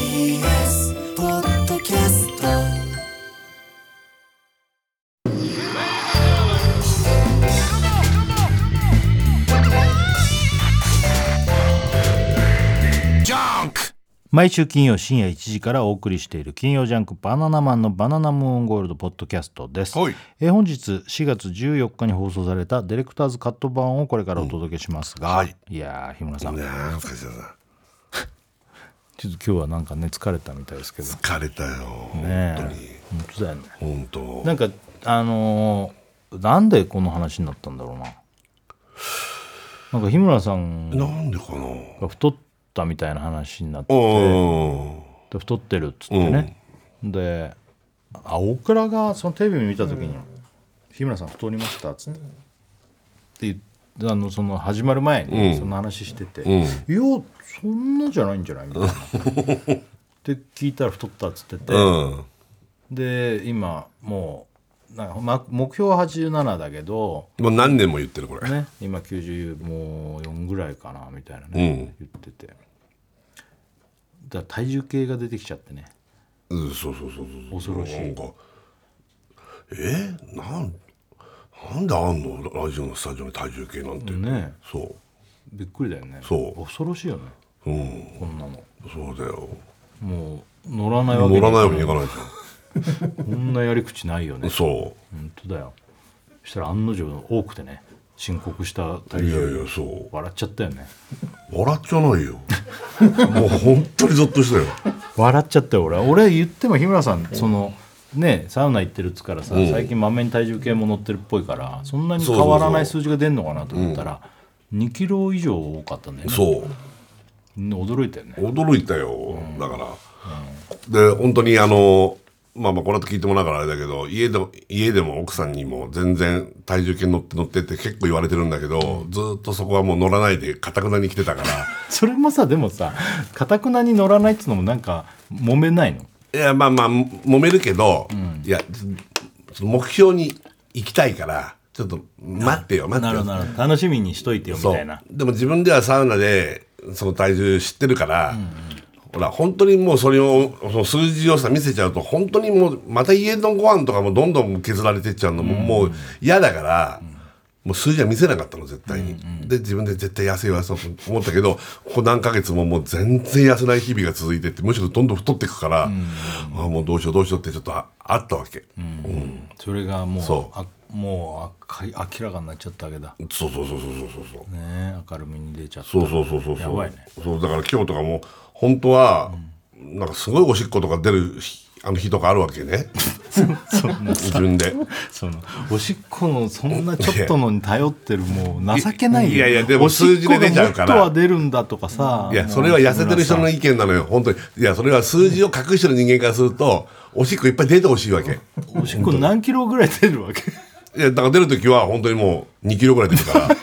TBS ポッドキャスト毎週金曜深夜1時からお送りしている金曜ジャンクバナナマンのバナナムーンゴールドポッドキャストです。はいえー本日4月14日に放送されたディレクターズカット版をこれからお届けしますが、はいい、やー日村さん、ねえお疲れ様だちょっと今日はなんかね疲れたみたいですけどね疲れたよ、え本本当だよね。当に本当なんかあのーなんでこの話になったんだろうな。なんか日村さんがなんでかな太ったみたいな話になってうんで太ってるっつってね、であ大倉がそのテレビ見た時に「日村さん太りました」っつって、であのその始まる前にその話してて「いやそんなじゃないんじゃない?」みたいな。で聞いたら太ったっつってて、うんで今もうなんかま目標は87だけど、もう何年も言ってるこれ、ね、今90もう4ぐらいかなみたいなうね、ん言っててだから体重計が出てきちゃってねうんそうそうそうそう恐ろしいなんかえなんなんであんのラジオのスタジオに体重計なんて、ねそびっくりだよねそう恐ろしいよねううんこんなのそうだよもう乗らないわけ乗にらないわけにいかないじこんなやり口ないよゃねんそ本当だよそしたら案の定多くてね申告したう体いや重いやそう笑っちゃったよね笑っちゃないよもう本当にゾッとしたよ笑っちゃったよ俺俺言っても日村さんそのねサウナ行ってるっつからさ、うん最近まめに体重計も乗ってるっぽいからそんなに変わらない数字が出んのかなと思ったら2キロ以上多かったんだよねそう驚いたよね驚いたよ、だから、で本当にあのまあまあこの後聞いてもらうからあれだけど家でも家でも奥さんにも全然体重計乗って乗ってって結構言われてるんだけど、ずーっとそこはもう乗らないでかたくなに来てたからそれもさでもさかたくなに乗らないっつうのもなんか揉めないのいやまあまあ揉めるけど、いやその目標に行きたいからちょっと待ってよ待ってなるよほどなるほど楽しみにしといてよみそうたいなでも自分ではサウナでその体重知ってるから、ほら本当にもうそれをその数字をさ見せちゃうと本当にもうまた家のご飯とかもどんどん削られてっちゃうのも、もう嫌だから、もう数字は見せなかったの絶対に、で自分で絶対痩せよう痩せようと思ったけどここ何ヶ月ももう全然痩せない日々が続いてってむしろどんどん太っていくから、ああもうどうしようどうしようってちょっとああったわけ、それがもうそあもうあか明らかになっちゃったわけだそうそうそうそうそうそうそうねえ明るみに出ちゃったそうそうそうそうそうやばいねそうだから今日とかも本当は、なんかすごいおしっことか出る日あの日とかあるわけね自分でそのおしっこのそんなちょっとのに頼ってるもう情けないよいやいやでも数字で出ちゃうからおしっこがもっとは出るんだとかさいやそれは痩せてる人の意見なのよ本当にいやそれは数字を隠してる人間からするとおしっこいっぱい出てほしいわけおしっこ何キロぐらい出 るわけいやだから出る時は本当にもう2キロぐらい出るか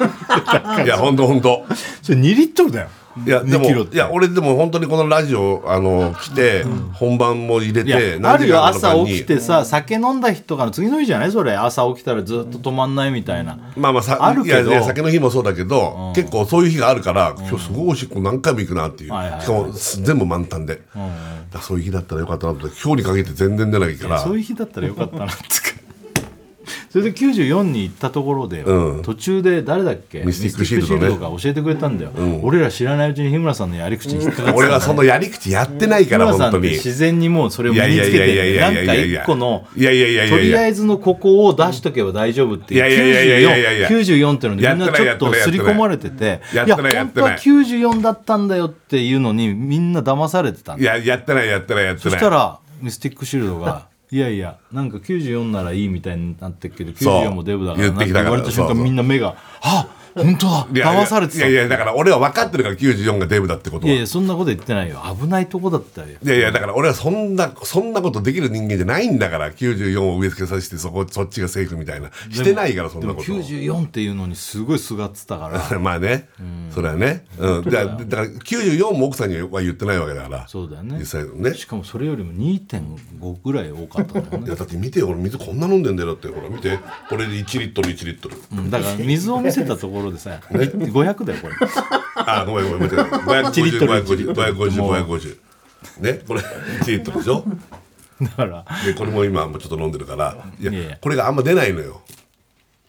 らいや本当本当それ2リットルだよいやでも2キロっていや俺でも本当にこのラジオあの来て本番も入れいやてあるよ何時間な朝のかに起きてさ酒飲んだ日とかの次の日じゃないそれ朝起きたらずっと止まんないみたいな、まあまあさあるけどいやいや酒の日もそうだけど、結構そういう日があるから今日すごいおしっこ何回も行くなっていう、はいはいはいしかもす全部満タンで、だからそういう日だったらよかったなと思って今日にかけて全然出ないからそういう日だったらよかったなっていうか それで94に行ったところで、うん途中で誰だっけミスティックシールドねミスティックが教えてくれたんだよ、俺ら知らないうちに日村さんのやり口に引っかかってたんだ俺よはそのやり口やってない日から村さ本ん当ってに自然にもうそれを身につけいやいてやないやんいやかいやいや一個のいやいやいやいやとりあえずのここを出しとけば大丈夫っていいうやいやいやいやいやいやいや94っていうのにみんなちょやっってとないや刷ってないり込まれててやっいてやないや本って当ないは94だったんだよっていうのにみんな騙されてたんだいややってないやってないやってそなしいたらミスティックシール ドが「いやいやなんか94ならいい」みたいになってるけどそう94もデブだからな言ってきた言からわれたそ瞬間うそうみんな目が「あ本当だいや騙されてた」いいややいやだから俺は分かってるから94がデブだってことはいやそんなこと言ってないよ危ないとこ だったよいやいや、だから俺はそんな、そんなことできる人間じゃないんだから、94を植え付けさせて、そこ、そっちがセーフみたいな。してないから、そんでなもこと。 94っていうのにすごいすがってたか らまあね、それはね。うん。だから、だから94も奥さんには言ってないわけだから。そうだよね実際のね。しかもそれよりも2.5ぐらい多かったんだよい ねや、だって見てよ、俺水こんな飲んでんだよ、だって。ほら、見て。これで1リットル、1リットル。うんだから水を見せたところでさ500だよこれあ、ごめんごめん、見て。550、550、550、550。ねこれって言ったでしょだからでこれも今もうちょっと飲んでるからいやいやいやこれがあんま出ないのよ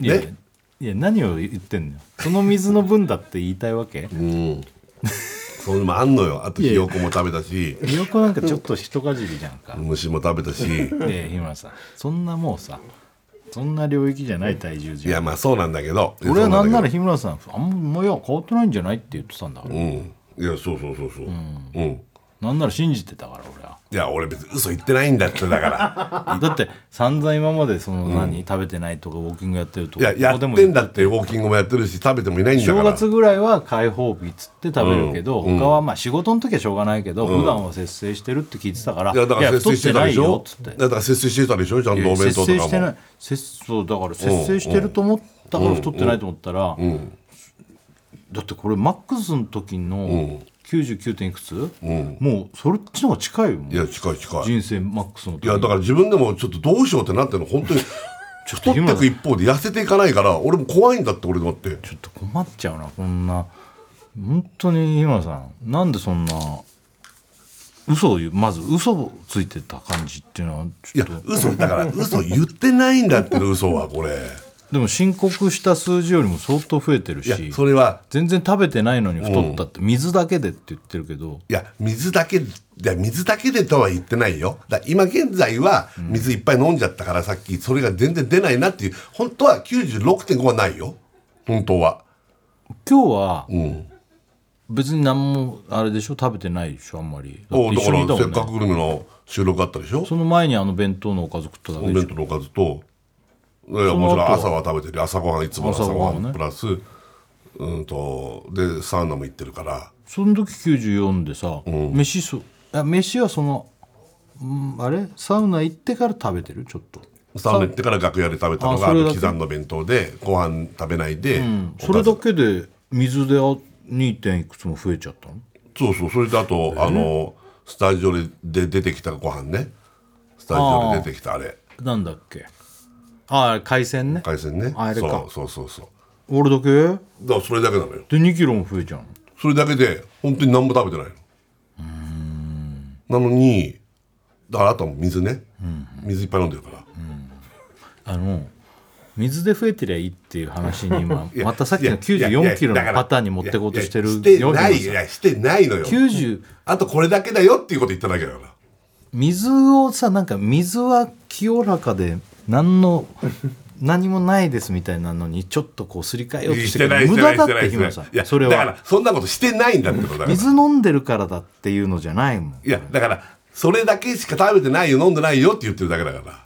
いや,、ねいや何を言ってんのよその水の分だって言いたいわけうんそういうのもあんのよあとひよこも食べたしひよこなんかちょっと一かじりじゃんか、虫も食べたしで日村さんそんなもうさそんな領域じゃない体重いじゃやんまあそうなんだけど俺はなんならら日村さんあんまいや変わってないんじゃないって言ってたんだから、うんいやそうそうそうそううんなんなら信じてたから俺はい や俺別に嘘言ってないんだってだからだって散々今までその何、食べてないとかウォーキングやってるといかややってここでんもだってウォーキングもやってるし食べてもいないんだか正ら月ぐらいは開放日っつって食べるけど、うん他はまあ仕事の時はしょうがないけど、普段は節制してるって聞いてたからいやだから節制してたでしいやょ太ってないよっつってだから節制してたでしょちゃんとお弁当と節制してかなもい節そうだから節制してると思ったから太ってないと思ったら、だってこれマックスの時の 99. 点いくつ、もうそっちの方が近いよもういや近い近い人生マックスの時いやだから自分でもちょっとどうしようってなってるの本 当に太っていく一方で痩せていかないから俺も怖いんだって俺だってちょっと困っちゃうなこんな本当に日村さんなんでそんな嘘を言うまず嘘をついてた感じっていうのはいちょやっと嘘だから嘘言ってないんだって嘘はこれでも申告した数字よりも相当増えてるいやしそれは全然食べてないのに太ったって、水だけでって言ってるけどいや水だけいや水だけでとは言ってないよだ今現在は水いっぱい飲んじゃったから、さっきそれが全然出ないなっていう本当は96.5はないよ本当は今日はうん別に何もあれでしょ食べてないでしょあんまりだっおてだ一か緒にいらたせもっんかねくグルメの収録あったでしょその前にあの弁当のおかず食っただおけでし弁ょ当のおかずといやいやその後もちろんは朝は食べてるよ朝ごはんいつもの朝ごは朝ごはんんねプラス、うんとでサウナも行ってるからその時94でさ、飯そあ飯はその、うん、あれサウナ行ってから食べてるちょっとサウナ行ってから楽屋で食べたのあがそあれだのけ刻んの弁当でご飯食べないで、それだけで水であ 2. 点いくつも増えちゃったのそうそうそれであと、あのスタジオでで出てきたご飯ねスタジオで出てきたあれなんだっけああ海鮮ね海鮮ねああれかそうそうそうそう俺だけでだからそれだけなのよ2キロも増えちゃうのそれだけで本当に何も食べてないのなのにだからあとは水ね、水いっぱい飲んでるから、あの水で増えてりゃいいっていう話に今 いやまたさっきのいやいやいや94キロのだからパターンに持ってこうとしてるいやいやしてよないいやしてないのよ90あとこれだけだよっていうこと言っただけだから水をさなんか水は清らかで何 の何もないですみたいなのにちょっとこうすり替えようとしてしてないし無てない駄だしっないてて日してな村いさんいやそれだからはそんなことしてないんだってことだから水飲んでるからだっていうのじゃないもんいやだからそれだけしか食べてないよ飲んでないよって言ってるだけだから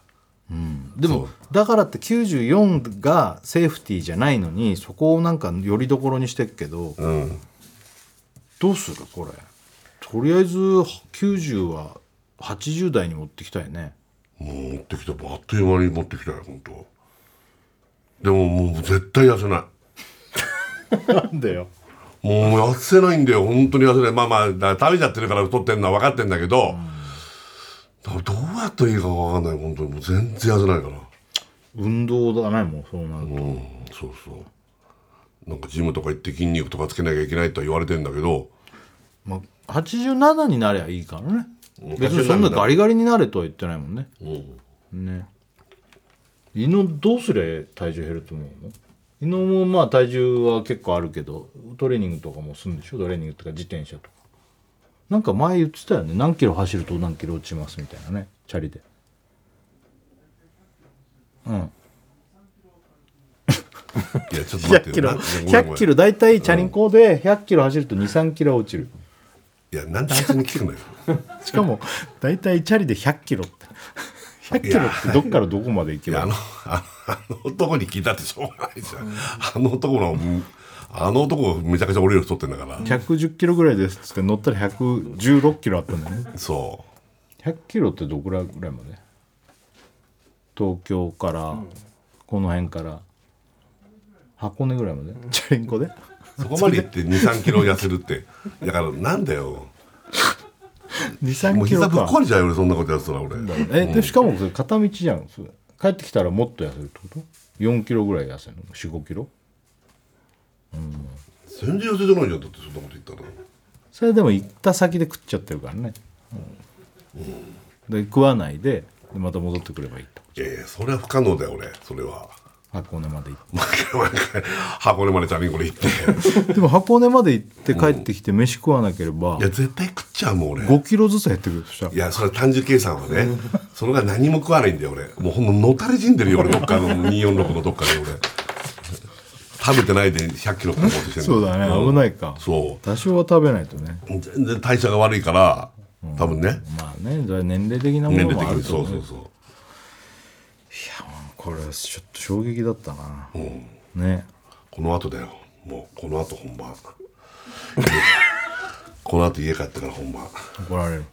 でもだからって94がセーフティーじゃないのにそこをなんかよりどころにしてっけど、うんどうするこれとりあえず90は80代に持ってきたよねもう持ってきたあっという間に持ってきたよ本当でももう絶対痩せないなんだよもう痩せないんだよ本当に痩せないまあまあだから食べちゃってるから太ってるのは分かってんだけど、だからどうやったらいいか分かんない本当にもう全然痩せないから運動だねもうそうなると、うんそうそうなんかジムとか行って筋肉とかつけなきゃいけないとは言われてんだけどまあ、87になりゃいいからねうん別にそんなガリガリになれとは言ってないもんねね胃のどうすりゃ体重減ると思うの胃のもまあ体重は結構あるけどトレーニングとかもするんでしょトレーニングとか自転車とかなんか前言ってたよね何キロ走ると何キロ落ちますみたいなねチャリでうんいやちょっと待って100キロ な100キロ大体チャリンコで100キロ走ると23キロ落ちるいやなんであいつに聞くのよし かも大体チャリで100キロって100キロってどっからどこまで行けいやあばのあ あの男に聞いたってしょうがないじゃん、あの男のうんあの男がめちゃくちゃ俺より太ってんだから、 110キロぐらいですっつって乗ったら116キロあったんだよねそ100キロってどこらぐらいまで東京からこの辺から箱根ぐらいまでチャリンコでうそこまで行って23キロ痩せるってだからなんだよも23うキロ膝ぶっか壊れちゃうよ俺そんなことやってたら俺えでしかもそれ片道じゃんそれ帰ってきたらもっと痩せるってこと4キロぐらい痩せるの45キロ全然痩せてないじゃんだってそんなこと言ったらそれでも行った先で食っちゃってるからねで食わないででまた戻ってくればいいといやいやそれは不可能だよ俺それは箱根まで行っ毎回毎回箱根までチャリンコで行っててでも箱根まで行って帰ってきて飯食わなければいや絶対食っちゃうもん俺5キロずつ減ってくるそしたらいやそれは単純計算はねそれが何も食わないんだよ俺もうほんののたれ死んでるよ俺どっかの246のどっかで俺食べてないで1 0 0キロ食おうとしてるそうだね、危ないかそう多少は食べないとね全然代謝が悪いから多分ねまあねそれは年齢的なも年の齢も的あるにとそ思ううそうそうこれちょっと衝撃だったな、んねこの後だよもうこの後本番 この後家帰ってから本番怒られる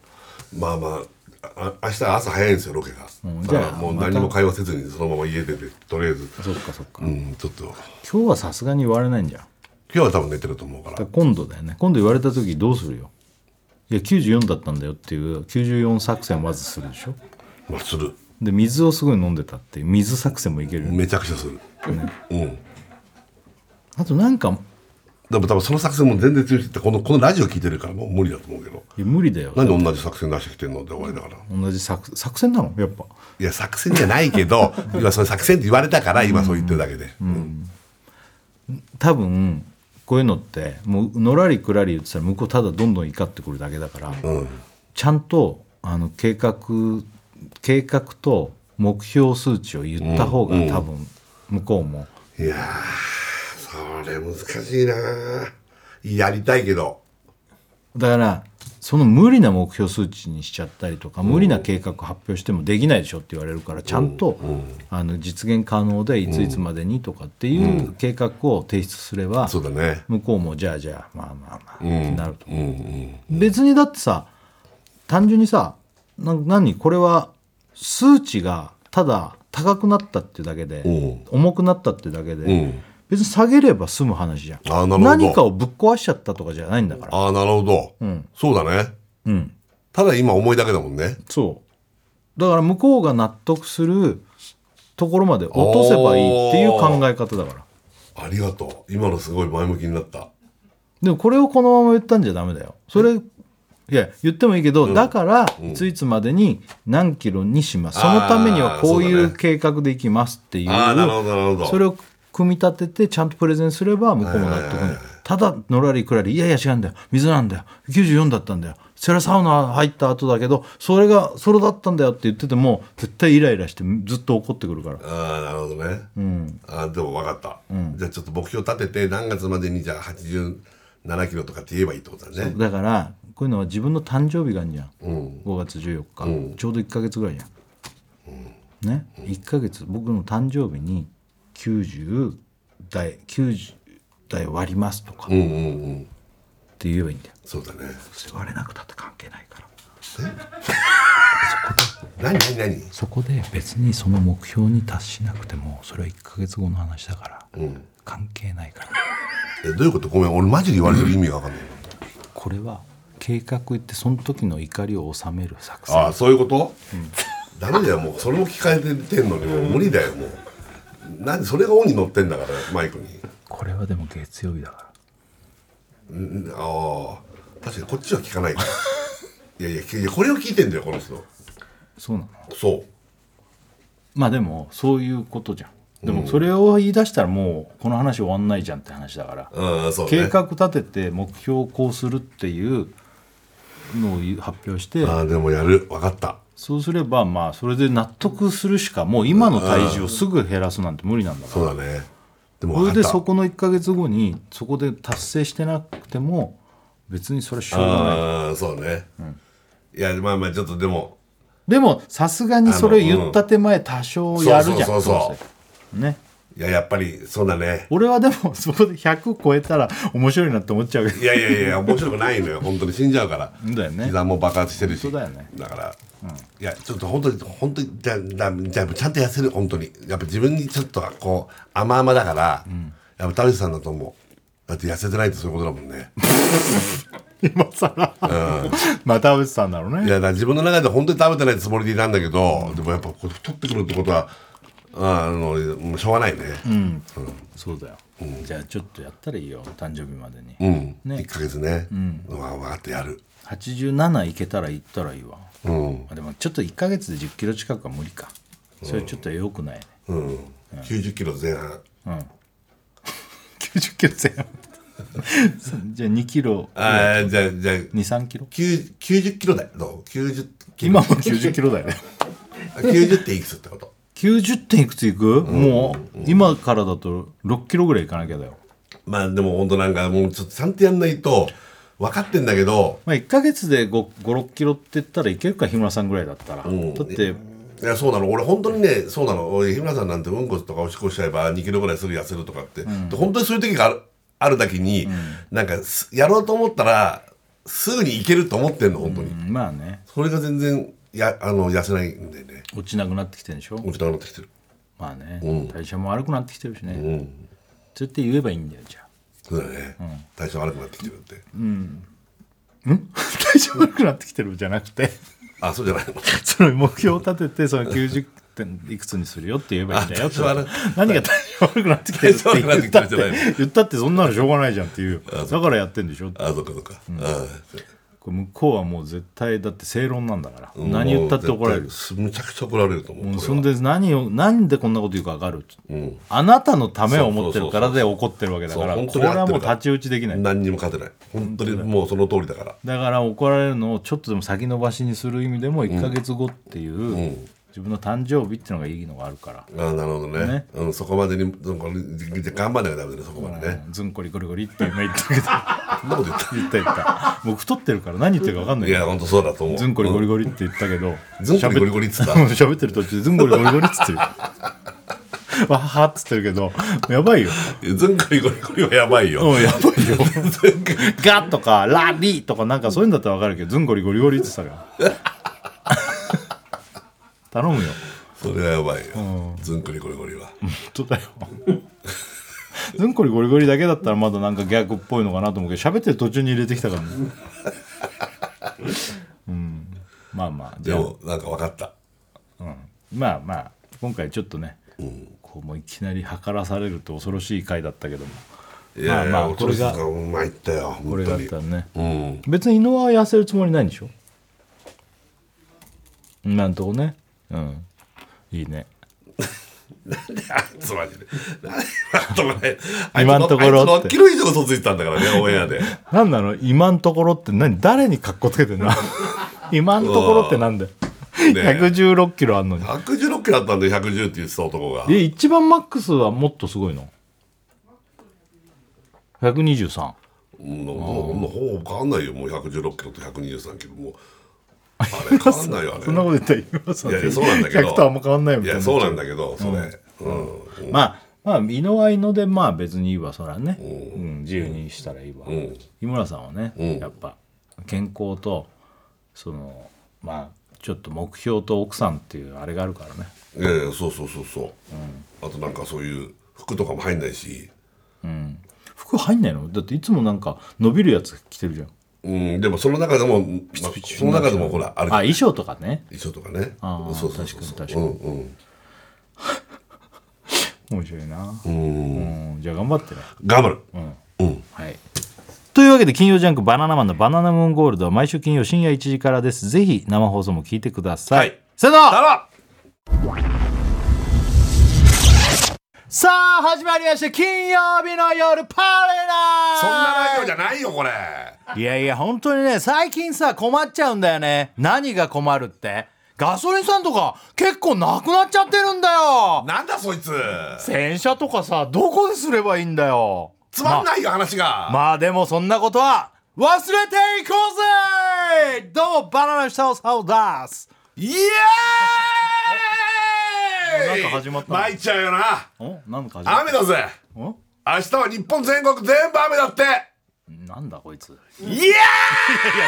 まあまああ明日朝早いんですよロケが、うんだかじゃらあもうまた何も会話せずにそのまま家出てとりあえずそっかそっか、うんちょっと今今日はさすがに言われないんじゃんだ日は多分寝てると思うかからら今度だよね今度言われた時どうするよいや94だったんだよっていう94作戦をまずするでしょまあするで水をすごい飲んでたっていう水作戦もいけるよね、めちゃくちゃする、うんあとなんかでも多分その作戦も全然通じてこのこのラジオ聞いてるからもう無理だと思うけどいや無理だよなんで同じ作戦出してきてんのって終わりだから同じ作作戦なのやっぱいや作戦じゃないけど 今それ作戦って言われたから今そう言ってるだけで、うん多分こういうのってもうのらりくらり言ってたら向こうただどんどん怒ってくるだけだから、うんちゃんとあの計画計画と目標数値を言った方が、多分向こうもいやーそれ難しいなーやりたいけどだからその無理な目標数値にしちゃったりとか、無理な計画発表してもできないでしょって言われるからちゃんと、あの実現可能でいついつまでにとかっていう計画を提出すれば、そうだね向こうもじゃあじゃあまあまあまあってなると思ううんうん別にだってさ単純にさな何これは数値がただ高くなったっていうだけで、うん重くなったっていうだけで、うん別に下げれば済む話じゃんあーなるほど何かをぶっ壊しちゃったとかじゃないんだからああなるほど、んそうだねうんただ今重いだけだもんねそうだから向こうが納得するところまで落とせばいいっていう考え方だからありがとう今のすごい前向きになったでもこれをこのまま言ったんじゃダメだよそれ、いや言ってもいいけど、だからいついつまでに何キロにします、そのためにはこういあーそううだね計画でいきますっていうああなるほどなるほどそれを組み立ててちゃんとプレゼンすれば向こうも納得になるただのらりくらりいやいや違うんだよ水なんだよ94だったんだよそれはサウナ入った後だけどそれがそれだったんだよって言ってても絶対イライラしてずっと怒ってくるからああなるほどね、ああでも分かった、じゃあちょっと目標立てて何月までにじゃあ87キロとかって言えばいいってことだねだからこういうのは自分の誕生日があるじゃん、うん5月14日、ちょうど1か月ぐらいじゃん、ね1か月僕の誕生日に90代90代割りますとかっうんうんうんて言えばいいんだよ、そうだねそれ割れなくたって関係ないから何何何そこで別にその目標に達しなくてもそれは1か月後の話だから、関係ないからえどういうことごめん俺マジで言われてる意味が分かんない、これは計画ってその時の怒りを収める作戦ああそういうこと、ダメだよもうそれも聞かれてんのにもう無理だよもうなんでそれがオンに乗ってんだからマイクにこれはでも月曜日だからうんああ確かにこっちは聞か ないからいやいやいやこれを聞いてんだよこの人そうなのそうまあでもそういうことじゃんでもそれを言い出したらもうこの話終わんないじゃんって話だから、うんそうね計画立てて目標をこうするっていうのを言う発表し てああでもやる分かったそうすればまあそれで納得するしかもう今の体重をすぐ減らすなんて無理なんだからそうだねでもそ分れかでったそこの1か月後にそこで達成してなくても別にそれはしょうがないああそうね、いやまあまあちょっとでもでもさすがにそれ言った手前多少やるじゃんそうそうそううねいややっぱりそうだね俺はでもそこで100超えたら面白いなって思っちゃうけどいやいやいや面白くないのよ 本当に死んじゃうからだよね膝も爆発してるし本当だよねから、いやちょっと本当に本当にじゃあだじゃあちゃんと痩せる本当にやっぱ自分にちょっとこう甘々だから、やっぱ田口さんだと思うだって痩せてないってそういうことだもんね今さら、また田渕さんだろういねやだから自分の中で本当に食べてないつもりでいたんだけど、でもやっぱこう太ってくるってことはああのもうしょうがないねそうだよ、じゃあちょっとやったらいいよ誕生日までに、うん、ね1か月ね、うん、分かってやる87いけたら行ったらいいわうんあでもちょっと1か月で1 0キロ近くは無理かそれちょっとよくないね、うん90キロ前半 90キロ前半 じゃあ2キロああじゃあじゃあ23キロ90 90キロだよどう90キロ今も90キロだよ ねあ90っていくつってこと90点いくついく、もう今からだと6キロぐらいいかなきゃだよまあでも本当なんかもうちょっとちゃんとやんないと分かってんだけど、まあ1か月で56キロって言ったらいけるか日村さんぐらいだったら、んだっていやそうなの俺本当にねそうなの俺日村さんなんてうんことかおしっこしちゃえば2キロぐらいする痩せるとかって、で本当にそういう時があるあるだけに、なんかすやろうと思ったらすぐにいけると思ってんの本当に、うんまあねそれが全然やあの痩せないんでね落ちなくなってきてるでしょ、大きくなってきてるまあね、うん代謝も悪くなってきてるしね、うんそうやって言えばいいんだよじゃあそうだね、体調悪くなってきてるって、ん体調悪くなってきてるじゃなくてあそうじゃないの その目標を立ててその90点いくつにするよって言えばいいんだよ あ体調悪い何が体調悪くなってきてるって体調悪くなって言きてった るっじてゃないの言ったってそんなのしょうがないじゃんっていうあそうだからやってんでしょあそっかそっか、うん、これ向こうはもう絶対だって正論なんだから、何言ったって怒られるもう絶対むちゃくちゃ怒られると思う、もうこそれはんで何を何でこんなこと言うか分かる、んあなたのためを思ってるからで怒ってるわけだからそう本こ当れに合はってもうるから太刀打ちできない何にも勝てない本当にもうその通りだからだから怒られるのをちょっとでも先延ばしにする意味でも1か月後っていう、自分の誕生日っていうのがいいのがあるから、ああなるほどねねうん、そこまでにうんこれじゃ頑張んなきゃダメだねそこまでね、ずんこりゴリゴリって今言ったけど そんなこと言っ言った言ったもう太ってるから何言ってるか分かんなたいいや本当そうだと思うずんこりゴリゴゴリって言ったけどリずんこりゴリゴリっつった喋ってる 途中でずんこりゴリゴリっつってるわはっつってるけどやばいよずんこりゴリゴリはやばいよ、 うんやばいよガとかラリとかなんかそういうんだったら分かるけどずんこりゴリゴリって言ってたか ら頼むよ それはやばいよ、ずんこりゴリゴリは本当だよずんこりゴリゴリだけだったらまだなんか逆っぽいのかなと思うけど喋ってる途中に入れてきたからねうんまあまあじでゃあもなんか分かったまあまあ今回ちょっとね、こうもういきなり測らされると恐ろしい回だったけどもいやいやまあまあこれこれがうまいったよこ本れ当があっにたらねうん 別に犬は痩せるつもりないんでしょなんとこねうんいいねあいつまで ねなんで今んとこね今んところってあいつのあいつのキロ以上嘘ついてたんだからねオンエアで なんなの今んところって何誰に格好つけ てんの今んところってなんだよ、116キロあんのに116キロあったんで110って言ってた男がえ一番マックスはもっとすごいの123うん、もうもうほぼ変わんないよもう116キロと123キロもう あれ変わんないよあれそんなこと言ったら今村さんいやいやそうなんだけど100とあんま変わんないよみいたいやなそうなんだけどそれうん、うんまあまあ井のは井のでまあ別にいいわそらね、うん、自由にしたらいいわ、ん井村さんはね、んやっぱ健康とそのまあちょっと目標と奥さんっていうあれがあるからねいやいやそうそうそうそう、あとなんかそういう服とかも入んないし服入んないのだっていつもなんか伸びるやつ着てるじゃんうんでもその中でも、まあ、その中でもほらああれ衣装とかね衣装とかねあーそうそうそうそう確かにうんうん面白いなうんじゃあ頑張ってね頑張るうん、うん、はい。というわけで金曜ジャンクバナナマンのバナナムーンゴールドは毎週金曜深夜1時からです。ぜひ生放送も聞いてください。はいさよならだらさあ始まりました金曜日の夜パレラそんな内容じゃないよこれいやいや本当にね最近さ困っちゃうんだよね何が困るってガソリンスタンドが結構なくなっちゃってるんだよなんだそいつ洗車とかさどこですればいいんだよつまんないよ話が、まあでもそんなことは忘れていこうぜどうもバナナの下をサウダースイエーイなんか始まったな参っちゃうよなおなんか雨だぜお明日は日本全国全部雨だってなんだこいついイエーイや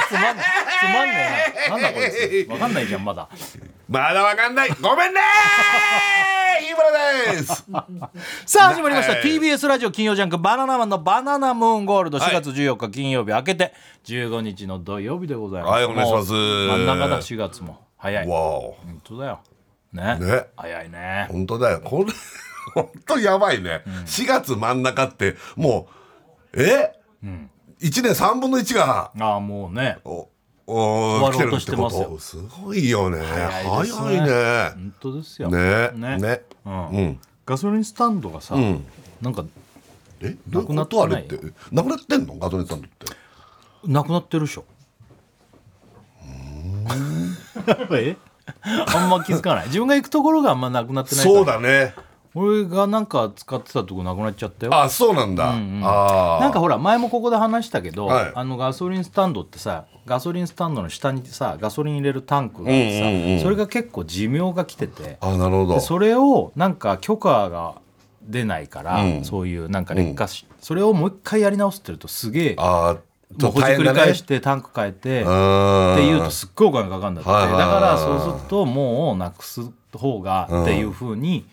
つまんねつまんねえななんだこい つわかんないじゃんまだまだわかんないごめんねー井村ですさあ始まりましたはい TBS ラジオ金曜ジャンク「バナナマンのバナナムーンゴールド」はい4月14日金曜日明けて15日の土曜日でございますはいお願いしますもう真ん中だ4月も早いわ本お当だよねね早いね本当だよこれ本当やばいね、4月真ん中ってもうえ、一1年3分の1がああもうねおおー終わ来てろるうとっしててますよことすごいよね早いですね早いね本当ですよねねねうんうんガソリンスタンドがさ、うんなんかえどういうこなくとなあってれないってなくなってんのガトネさんってなくなってるでしょ えあんま気づかない自分が行くところがあんまなくなってないからそうだね俺がなんか使ってたとこなくなっちゃったよあそうなんだああなんかほら前もここで話したけど、はいあのガソリンスタンドってさガソリンスタンドの下にさガソリン入れるタンクがあってさ、うんうんうんそれが結構寿命が来ててあなるほどでそれをなんか許可が出ないから、うんそういうなんか劣化し、それをもう一回やり直すってるとすげえああもうほじくり返してタンク変えて、っていいうとすっごいお金かかるんだって、はいはいはいだからそうするともうなくす方がっていうふうに、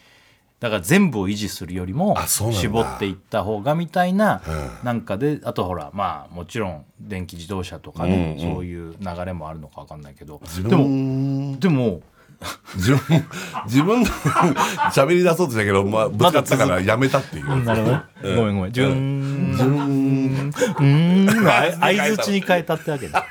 だから全部を維持するよりもあそうなんだ絞っていった方がみたいななんかであとほらまあもちろん電気自動車とかね、うんうんそういう流れもあるのか分かんないけどででももでも自分自分 の喋り出そうとしたけど、まあ、ぶつかったからやめたっていう、 なるほどごめんごめん「じゅん」「うん」の相づちに変えたってわ けだ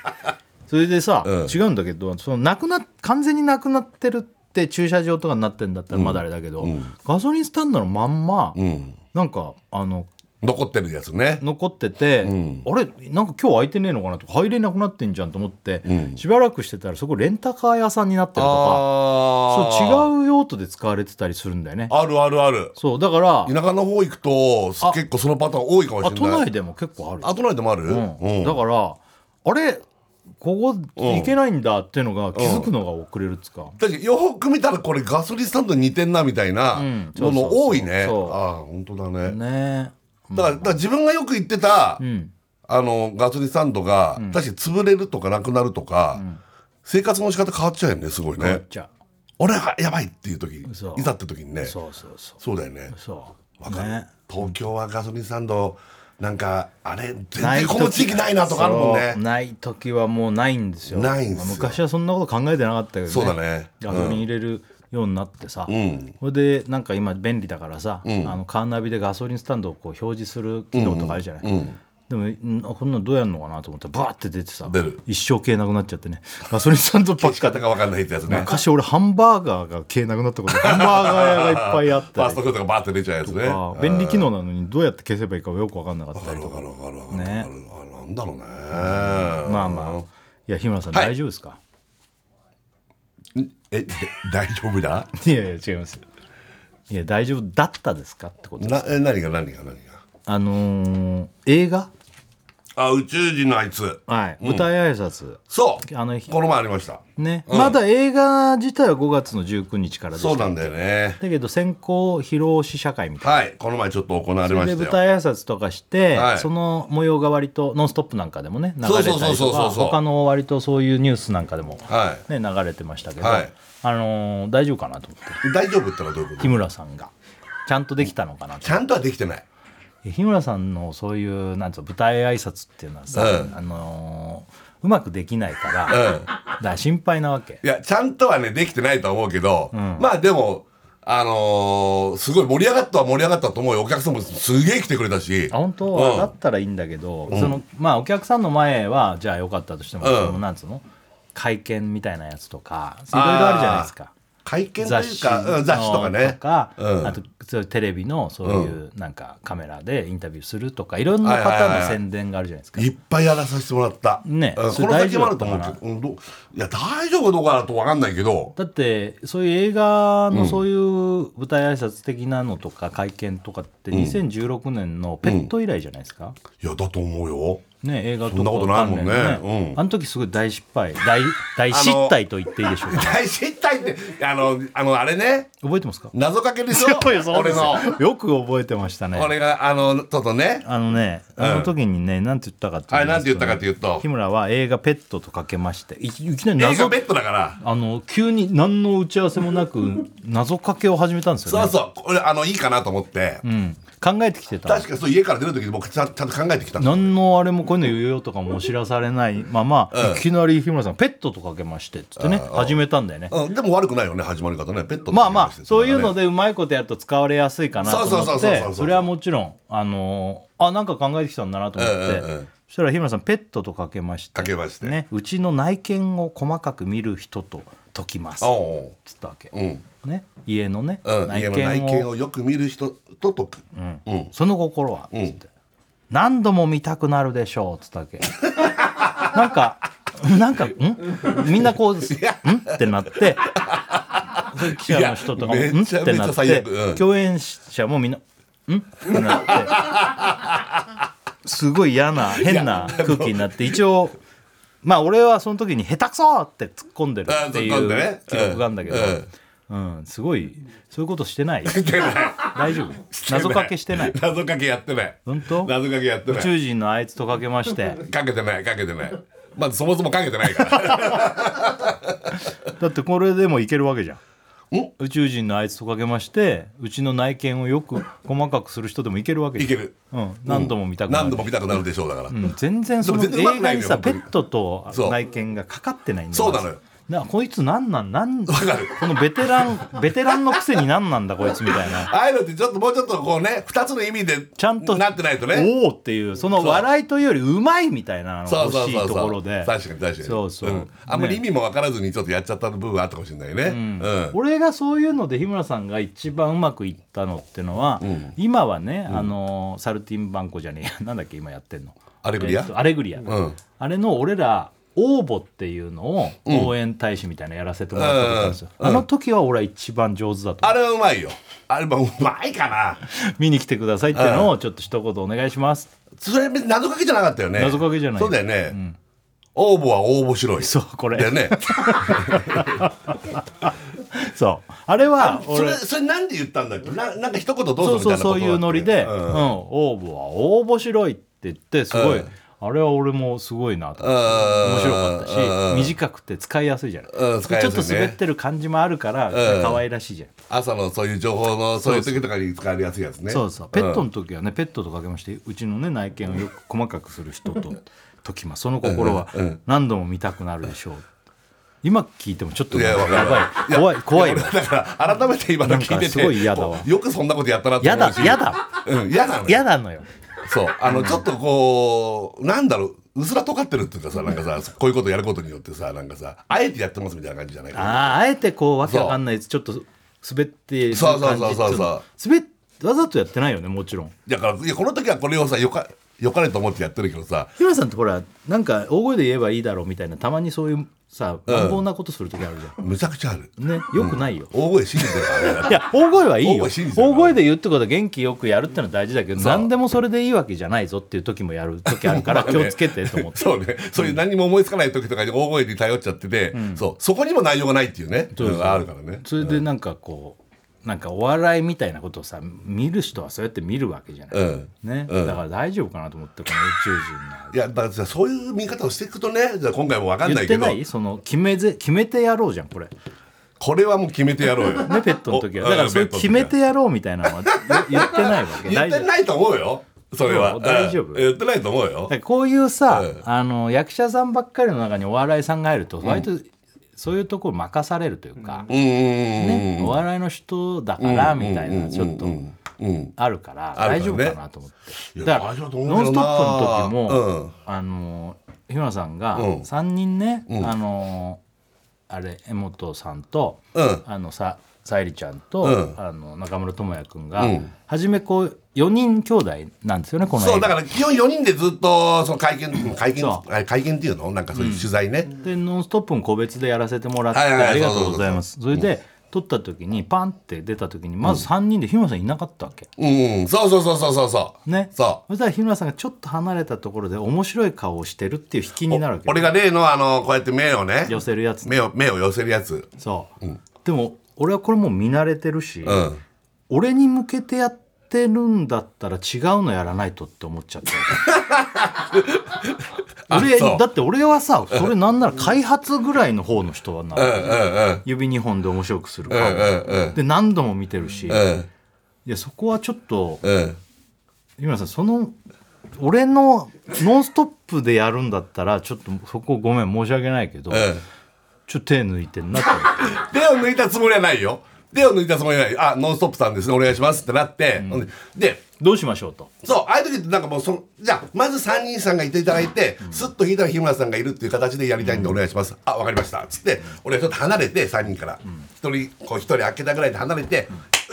それでさ、うん違うんだけどそのなくな完全になくなってるって駐車場とかになってんだったらまだあれだけど、ガソリンスタンドのまんま、うん、なんかあの残ってるやつね残ってて、んあれなんか今日空いてねえのかなとか入れなくなってんじゃんと思って、うんしばらくしてたらそこレンタカー屋さんになってるとかあう違うそう違う用途で使われてたりするんだよねあるあるあるそうだから田舎の方行くとあ結構そのパターン多いかもあしれ都ない内でも結構あるあ都内でもある、うんうんだからあれここ行けないんだっていうのが気づくのが遅れるっつか、確かによく見たらこれガソリンスタンドに似てんなみたいなうんそうものそうそう多いね、そうああ本当だねねえだからだから自分がよく行ってた、うんあのガソリンスタンドが、確かに潰れるとかなくなるとか、生活の仕方変わっちゃうよねすごい変わねっちゃ俺はやばいっていう時にそういざって時にねうそうそうそうそうだよねそうわかる、ね東京はガソリンスタンドなんかあれ全ない然この地域ないなとかあるもんねそうない時はもうないんですよないんですよ昔はそんなこと考えてなかったけど、ね、そうだねガソリン入れるようになってさ、んそれでなんか今便利だからさ、あのカーナビでガソリンスタンドをこう表示する機能とかあるじゃない、でもんこんなのどうやるのかなと思ったらバーって出てさ出る一生消えなくなっちゃってねガソリンスタンドば消っしか方でが分かんないってやつね昔俺ハンバーガーが消えなくなった ことハンバーガー屋がいっぱいあっファたースりトフードがバーって出ちゃうやつねあー便利機能なのにどうやって消せばいいかよく分かんなかったりとわかかるわかるわかるねわかるあなんだろうねまあまあいや日村さんはい大丈夫ですか、えで大丈夫だい、やいや違いますいや大丈夫だったですかってことなえ何が何が何があのー映画あ宇宙人のあいつはい、舞台挨拶そうあの日この前ありましたね、まだ映画自体は5月の19日からでしたそうなんだよねだけど先行披露試写会みたいなはいこの前ちょっと行われまでした舞よ台挨拶とかして、はいその模様が割と「ノンストップ!」なんかでもね流れそたうりそうそうそうそとかうそう他の割とそういうニュースなんかでも、はね、流れてましたけど、はいあのー大丈夫かなと思ってい大丈夫ってのはどういうこ日と村さんがちゃんとできたのかなと ちゃんとはできてない日村さんのそういうなんつうの舞台挨拶っていうのはさ、うんあのーうまくできないから、うんだから心配なわけいやちゃんとはねできてないとは思うけどまあでもあのーすごい盛り上がったは盛り上がったと思うよお客さんもすげえ来てくれたしあ本当、うんだったらいいんだけど、そのまあお客さんの前はじゃあよかったとしても、うんそのなんつうの会見みたいなやつとかいろいろあるじゃないですか会見というか雑雑誌誌,、うん、雑誌とかねとかうんあとそういうテレビのそういうなんかカメラでインタビューするとかいろんなパターンの宣伝があるじゃないですか、いっぱいやらさせてもらった。ねうんそこれの先もあると大思丈うけ夫だったど、うんどういや、大丈夫かどうかだとわかんないけど、だってそういう映画のそういう舞台挨拶的なのとか会見とかって2016年のペット以来じゃないですか、いや、だと思うよ。ね、映画とかそんなことないもんね関連うんあの時すごい大失敗大大失態と言っていいでしょうか大失態って、あの、あの、あれね、覚えてま すか謎かけでしょそうよそう俺ですのよ。よく覚えてましたね俺が、あの、ちょっとね、あのねあの時にね、なんて言ったかってあれいうとねなんて言ったかっていうと日、村は映画「ペット」とかけましていいきなり映画謎ベッドだから、あの急に何の打ち合わせもなく謎かけを始めたんですよそねうそう、これ、あの、いいかなと思って、うん、考えてきてた確かにそう、家から出る時に僕、ちゃんちゃんと考えてきたの。何のあれもこういうの言うよとかも知らされないまま、いきなり日村さん「ペット」とかけましてっつってね始めたんだよねうん、でも悪くないよね、始まり方ね、ペットのまあま話あですかそらうねいうのでうまいことやると使われやすいかなとそう思そっうそうそうてそうそれはもちろんあのーあなんか考えてきたんだなと思って、うんうんうんそしたら日村さんペットとかけましてかけましてね、うちの内見を細かく見る人と解きますあおうつったわけ、うんね、家のね、うん、家の内見をよく見る人と解く、うんうんその心は、うんつって何度も見たくなるでしょうつったわけ なんかなんかんみんなこう「ん?」ってなってそれ記者の人とかも「いん?」やっめちゃめちゃてなっ最て、悪うん共演者もみんな「ん?」ってなってすごい嫌な変な空気になって一応まあ俺はその時に「下手くそ!」って突っ込んでるあって突っ込んでいうね記録があるんだけどうんうん。うん、すごいそういうことし てない大丈夫 謎かけしてない謎かけやってない本当謎かけやってな宇い宙人のあいつとかけましてかけてないかけてないまずそもそもかけてないから だってこれでもいけるわけじゃんん宇宙人のあいつとかけましてうちの内見をよく細かくする人でもいけるわけじゃいんける、うん、 何度も見たくな何る度も見たくなるでしょうだから、うん全然そのでも全然うま映くない画にのよさ本ペ当にットとそう内見がかかってないんだそうなのよなこいつなんなんなんわかるこのベテランベテランのくせになんなんだこいつみたいなああいうのってちょっともうちょっとこうね2つの意味でちゃんとなってないとねおおっていうその笑いというよりうまいみたいなのがそう欲そうしそいうとそこうろで確かに確かにそうそうんあんまり意味も分からずにちょっとやっちゃった部分はあったかもしれないねうん、俺がそういうので日村さんが一番うまくいったのってのは、今はね、あのサルティンバンコじゃねえや なんだっけ今やってんのアレグリアえっとアレグリア、んあれの俺ら応募っていうのを応援大使みたいなのやらせてもらったことあるんですよ、うんうんあの時は俺は一番上手だと思うあれはうまいよあれはうまいかな見に来てくださいっていうのをちょっと一言お願いします、それ別に謎かけじゃなかったよね謎かけじゃないそうだよね、応募は応募しろよそうこれだよ ねそうあれはそれ俺それなんで言ったんだっけななんか一言どうぞみたいそなうことそだうっけそういうノリで、うんうん応募は応募しろいって言ってすごい、うんあれは俺もすごいなと思って面白かったし短くて使いやすいじゃない、うん使いやちすいょっねと滑ってる感じもあるから可愛らしいじゃん、朝のそういう情報のそういう時とかに使われやすいやつねそうそうペットの時はね、ペットとかけましてうちのね内見をよく細かくする人と解きますその心は何度も見たくなるでしょう今聞いてもちょっといややわかるばい怖い怖いよ俺だから改めて今の聞いなんてかてすごい嫌だわよくそんなことやったなってや思うだしやだうん嫌なのよやだのよそうあのちょっとこうなんだろううすら尖ってるっていうかさなんかさこういうことやることによってさなんかさあえてやってますみたいな感じじゃないからあああえてこうわけわかんないやつちょっと滑ってるそうそう感じそうそうそうちょっと滑っわざとやってないよねもちろんだからいやこの時はこれをさよかよかれと思ってやってるけどさ日村さんってほらなんか大声で言えばいいだろうみたいなたまにそういうさ乱暴なことする時あるじゃむちゃくちゃあるん、ねよくないよ、大声信じてるからねいや大声はいい大よ声信じてる大声で言うってことは元気よくやるってのは大事だけどそう何でもそれでいいわけじゃないぞっていう時もやる時あるからまあ気ねをつけてと思ってそうね、そういう何も思いつかない時とかに大声に頼っちゃってて、そうそこにも内容がないっていうねそうそうのがあるからねそれでなんかこうなんかお笑いみたいなことをさ見る人はそうやって見るわけじゃない、うんね、うんだから大丈夫かなと思ってこの宇宙人のいやだからじゃあそういう見方をしていくとねじゃあ今回も分かんな言いっけてどないその決めぜ決めてやろうじゃんこれねこれはもう決めてやろうよ ペットの時はおだからそれうんペットの時は決めてやろうみたいなのは よ言ってないわけ言っ大丈て夫ないと思うよそれはそう大丈夫うん言ってないと思うよだからこういうさ、うんあの役者さんばっかりの中にお笑いさんがいると割とそういうところ任されるというか、うんうんうんうんね、お笑いの人だからみたいなちょっとうんあるからあ大るか丈らね夫かなと思っいて、やだから「大丈ノ夫だと思うンスけトどなップ!」の時も、うんあの日村さんがうん3人ね、うんあのあれ江本さんと、うんあのささゆりちゃんと、うんあの中村智也君が、うん初めこう4人兄弟なんですよねこの映画そうだから基本4人でずっとその会見会見そあ会見っていうのなんかそういう取材ね、で「ノンストップ!」も個別でやらせてもらってはいはいはいありがとうございますそれで撮った時にパンって出た時にまず3人で日村さんいなかったわけうんうん、そうそうそうそうそうそうねそうそしたら日村さんがちょっと離れたところで面白い顔をしてるっていう引きになるわけ俺が例のあのこうやって目をね寄せるやつ目を目を寄せるやつそうでも俺はこれもう見慣れてるしうん俺に向けてやってるんだったら違うのやらないとって思 っちゃったわけ俺そうだって俺はさそれなんなら開発ぐらいの方の人はなうんうんうん指2本で面白くするうん顔うんで何度も見てるし、ういんやそこはちょっとうん日村さんその俺の「ノンストップ!」でやるんだったらちょっとそこごめん申し訳ないけど、うんちょっと手抜いてんなって思って手を抜いたつもりはないよ手を抜いたつもりない。あ、ノンストップさんですね。お願いしますってなって。ほんでで、どうしましょうとそう、ああいう時ってなんかもうその、じゃあ、まず3人さんがいていただいて、すっと引いたら日村さんがいるっていう形でやりたいんでお願いします。あ、わかりました。つって、俺ちょっと離れて、3人から。一、人、こう一人開けたぐらいで離れて、よ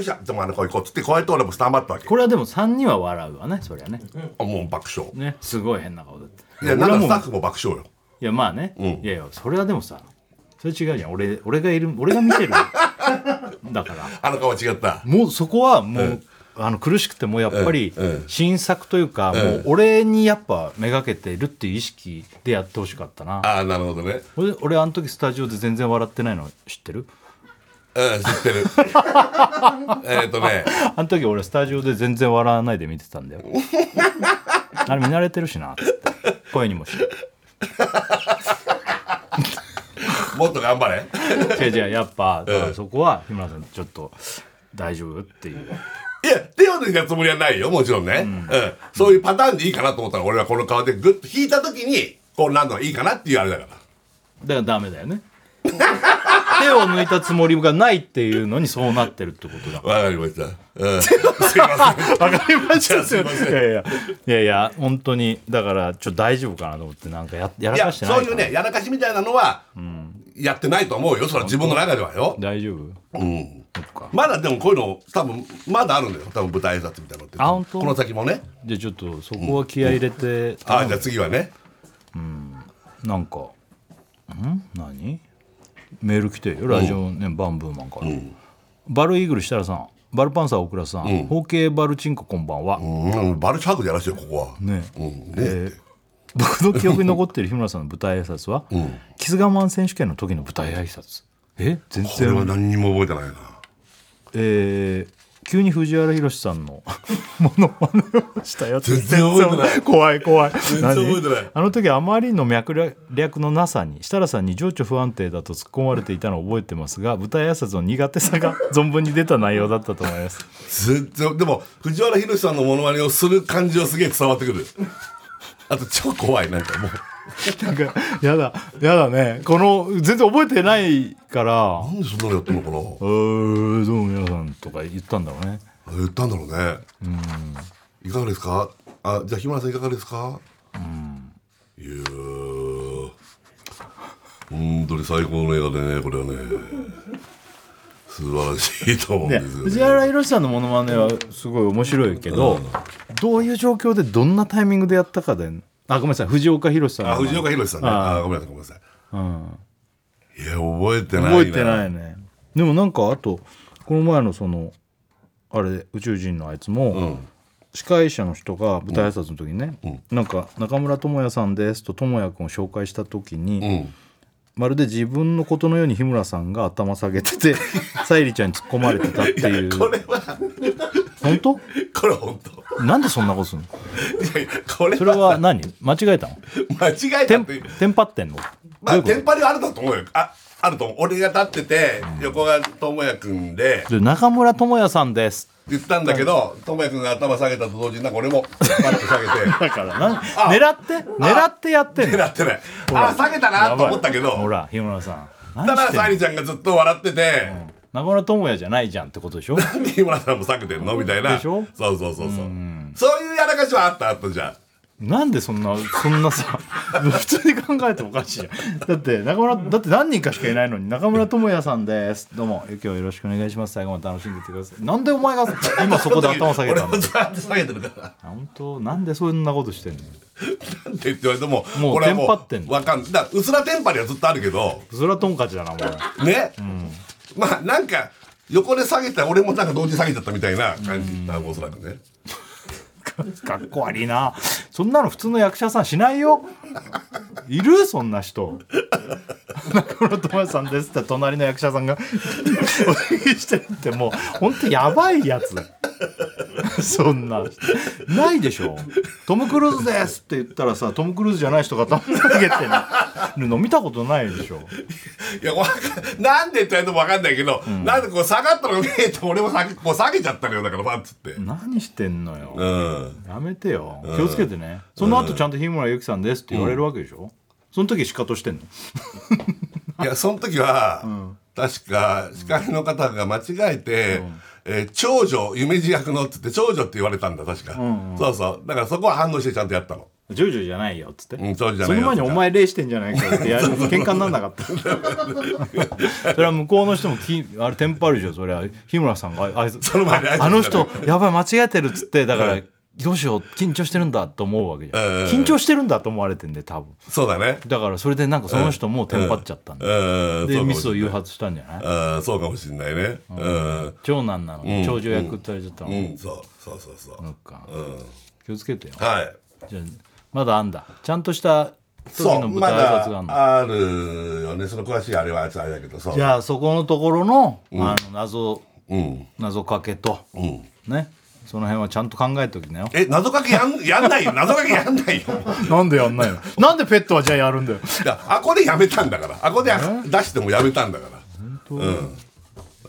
っしゃ、でもあの、こう行こう。つって、こうやって俺もスタンバったわけ。これはでも3人は笑うわねそりゃねあもう爆笑。ねすごい変な顔だっていや、俺なはんかスもうタッフも爆笑よ。いやまあね、んいやいやそれはでもさそれ違うじゃん俺俺がいる俺が見てる だからあの顔は違った。もうそこはもう、あの苦しくてもやっぱりうんうん新作というか、もう俺にやっぱめがけてるっていう意識でやってほしかったなああ、なるほどね。俺俺あの時スタジオで全然笑ってないの知ってるうん、知ってる。えっとね、あの時俺スタジオで全然笑わないで見てたん だよあれ見慣れてるしなっつって声にもしてもっと頑張れ。 違う違うやっぱ、だからそこは日村さんちょっと大丈夫っていういや、手を抜いたつもりはないよ、もちろんね。うん。そういうパターンでいいかなと思ったら、俺はこの顔でグッと引いた時に、こうなんのがいいかなっていうあれだから。だからダメだ よね手を抜いたつもりがないっていうのにそうなってるってことだわかりました。 うん。すいません。わかりましたすいませんいやいやいやいや本当にだからちょっと大丈夫かなと思ってなんかややいらや、かしてないそかうないうね、やらかしみたいなのは、やってないと思うよ。それは自分の中ではよ。大丈夫うん。そっかまだでもこういうの、多分、まだあるんだよ。多分舞台挨拶みたいなのって。あ本当この先もね。じゃあちょっとそこは気合い入れて、あ、じゃあ次はね。なんかん何メール来てるよラジオね、バンブーマンから、バルイーグル設楽さんバルパンサー大倉さん、ホーケーバルチンコこんばんは、うん、バルチャークでやらせてよ、ここは。ねうん。ねえー僕の記憶に残ってる日村さんの舞台挨拶は、キス我慢選手権の時の舞台挨拶え全これは然何にも覚えてないな。えー急に藤原宏さんの ものまねをしたやつ全然覚えてない 怖い怖い然覚えてない何あの時あまりの脈略のなさに設楽さんに情緒不安定だと突っ込まれていたのを覚えてますが舞台挨拶の苦手さが 存分に出た内容だったと思います全然でも藤原宏さんのモノマネをする感じはすげえ伝わってくるあと超怖いなんかもうなんかやだやだねこの全然覚えてないからなんでそんなのやったのか「えー、どうも皆さん」とか言ったんだろうねな言ったんだろうねいかがですかあじゃあ日村さんいかがですかいやー本当に最高の映画でねこれはね素晴らしいと思うんねですよ、ね藤原宏さんのモノマネはすごい面白いけど、どういう状況でどんなタイミングでやったかであごめんなさい藤岡弘さんのあ藤岡弘さんねあごめんなさいごめんなさい、いや覚えてないな覚えてないねでもなんかあとこの前のそのあれ宇宙人のあいつも、司会者の人が舞台挨拶の時にね、なんか「中村智也さんです」と智也君を紹介した時に、うんまるで自分のことのように日村さんが頭下げて て沙莉ちゃんに突っ込まれてたっていうこれは本当これ本当なんでそんなことするのいやいやこれそれは何間違えたの間違えテたンというテンパってんのまあどういうテこンパりはあるだと思うよああると思う俺が立ってて横が智也君でとで中村智也さんです言ったんだけど智也君が頭下げたと同時になんか俺もパッと下げて だからな狙って狙ってやってんのなってないあ下げたなと思ったけほどら日村さんただ何してん沙の莉ちゃんがずっと笑ってて中村智也じゃないじゃんってことでしょ「日村さんも下げてんの?」みたいなでしそうょそうそうそうそういうやらかしはあったあったじゃんなんでそんなそんなさ普通に考えてもおかしいじゃんだって中村だって何人かしかいないのに中村智也さんですどうも今日はよろしくお願いします最後まで楽しんでいってくださいなんでお前が今そこで頭下げ俺たのもずっと下げてるから本当なんでそんなことしてんのなんて言って言われてももうこれはもテンパってんうのわかんだからうすらテンパりはずっとあるけどそれはトンカチだなもうね、まあなんか横で下げた俺もなんか同時に下げちゃったみたいな感じだ、おそらくねかっこ悪いなそんなの普通の役者さんしないよいるそんな人中村智也さんですって隣の役者さんがお願いしてるってもうほんとやばいやつそんなないでしょトム・クルーズですって言ったらさトム・クルーズじゃない人が頭下げてるの見たことないでしょいやわかんなんでって言われてもわかんないけど、なんでこう下がったのが見えて俺も下げこう下げちゃったのよだからパンツって何してんのようんやめてよ気をつけてね、その後ちゃんと日村由紀さんですって言われるわけでしょ、その時シカトしてんのいやその時は、確か司会の方が間違えて、えー長女夢二役のって言って長女って言われたんだ確か、そうそうだからそこは反応してちゃんとやったの、ジョジョじゃないよっつって、うん、長女じゃそないのよ前にお前礼してんじゃないかってやる喧嘩になんな かったそれは向こうの人もきあれテンパるじゃんそれは日村さんがあいつその前に挨拶あの人やばい間違えてるっつってだからどうしよう緊張してるんだと思うわけじゃん、うん緊張してるんだと思われてんで多分そうだねだからそれでなんかその人もテンパっちゃったんだ、うんでそうかもミしれスをない誘発したんじゃないうんそうかもしれないねうん、長男なのに長女役って言われちゃったの、うん、そうそうそうそう、そっか気をつけてよはいじゃあまだあんだちゃんとした時そうの舞ま台挨拶があんのだあるよねその詳しいあれはあれだけどそうじゃあそこのところの,、あの謎うん謎かけと、うんねその辺はちゃんと考えておきなよえ謎かけやんやん ないよ謎かけやん ないよなんでやんないの なんでペットはじゃあやるんだよ いやあこでやめたんだからあこで出してもやめたんだから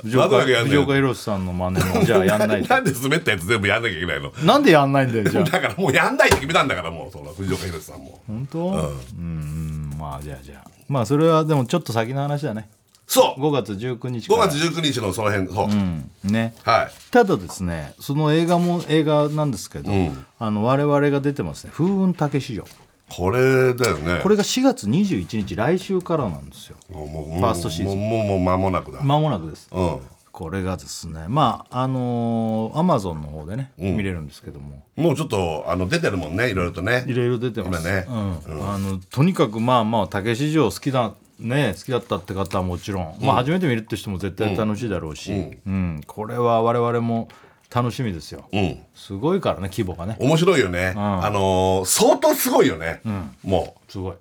藤岡謎かけやんない藤岡弘さんの真似もじゃあやんないと なんで滑ったやつ全部やんなきゃいけないのなんでやんないんだよ じゃあだからもうやんないって決めたんだからもうその藤岡弘さんも本当うんうんまあじゃあじゃあまあそれはでもちょっと先の話だねそう5月19日か5ら月19日のその辺そう、うんねはいただですねその映画も映画なんですけど、んあの我々が出てますね「風雲竹市場」これだよねこれが4月21日来週からなんですよもうもうファーストシーズンもうもうもう間もなくだ、間もなくですうんこれがですねまああのアマゾンの方でね、見れるんですけどももうちょっとあの出てるもんねいろいろとねいろいろ出てます今ねうんあのとにかくまあまあ竹市場好きだね好きだったって方はもちろん、まあ、初めて見るって人も絶対楽しいだろうし、うんこれは我々も楽しみですよ、うんすごいからね規模がね面白いよね、あのー相当すごいよね、もすごい。う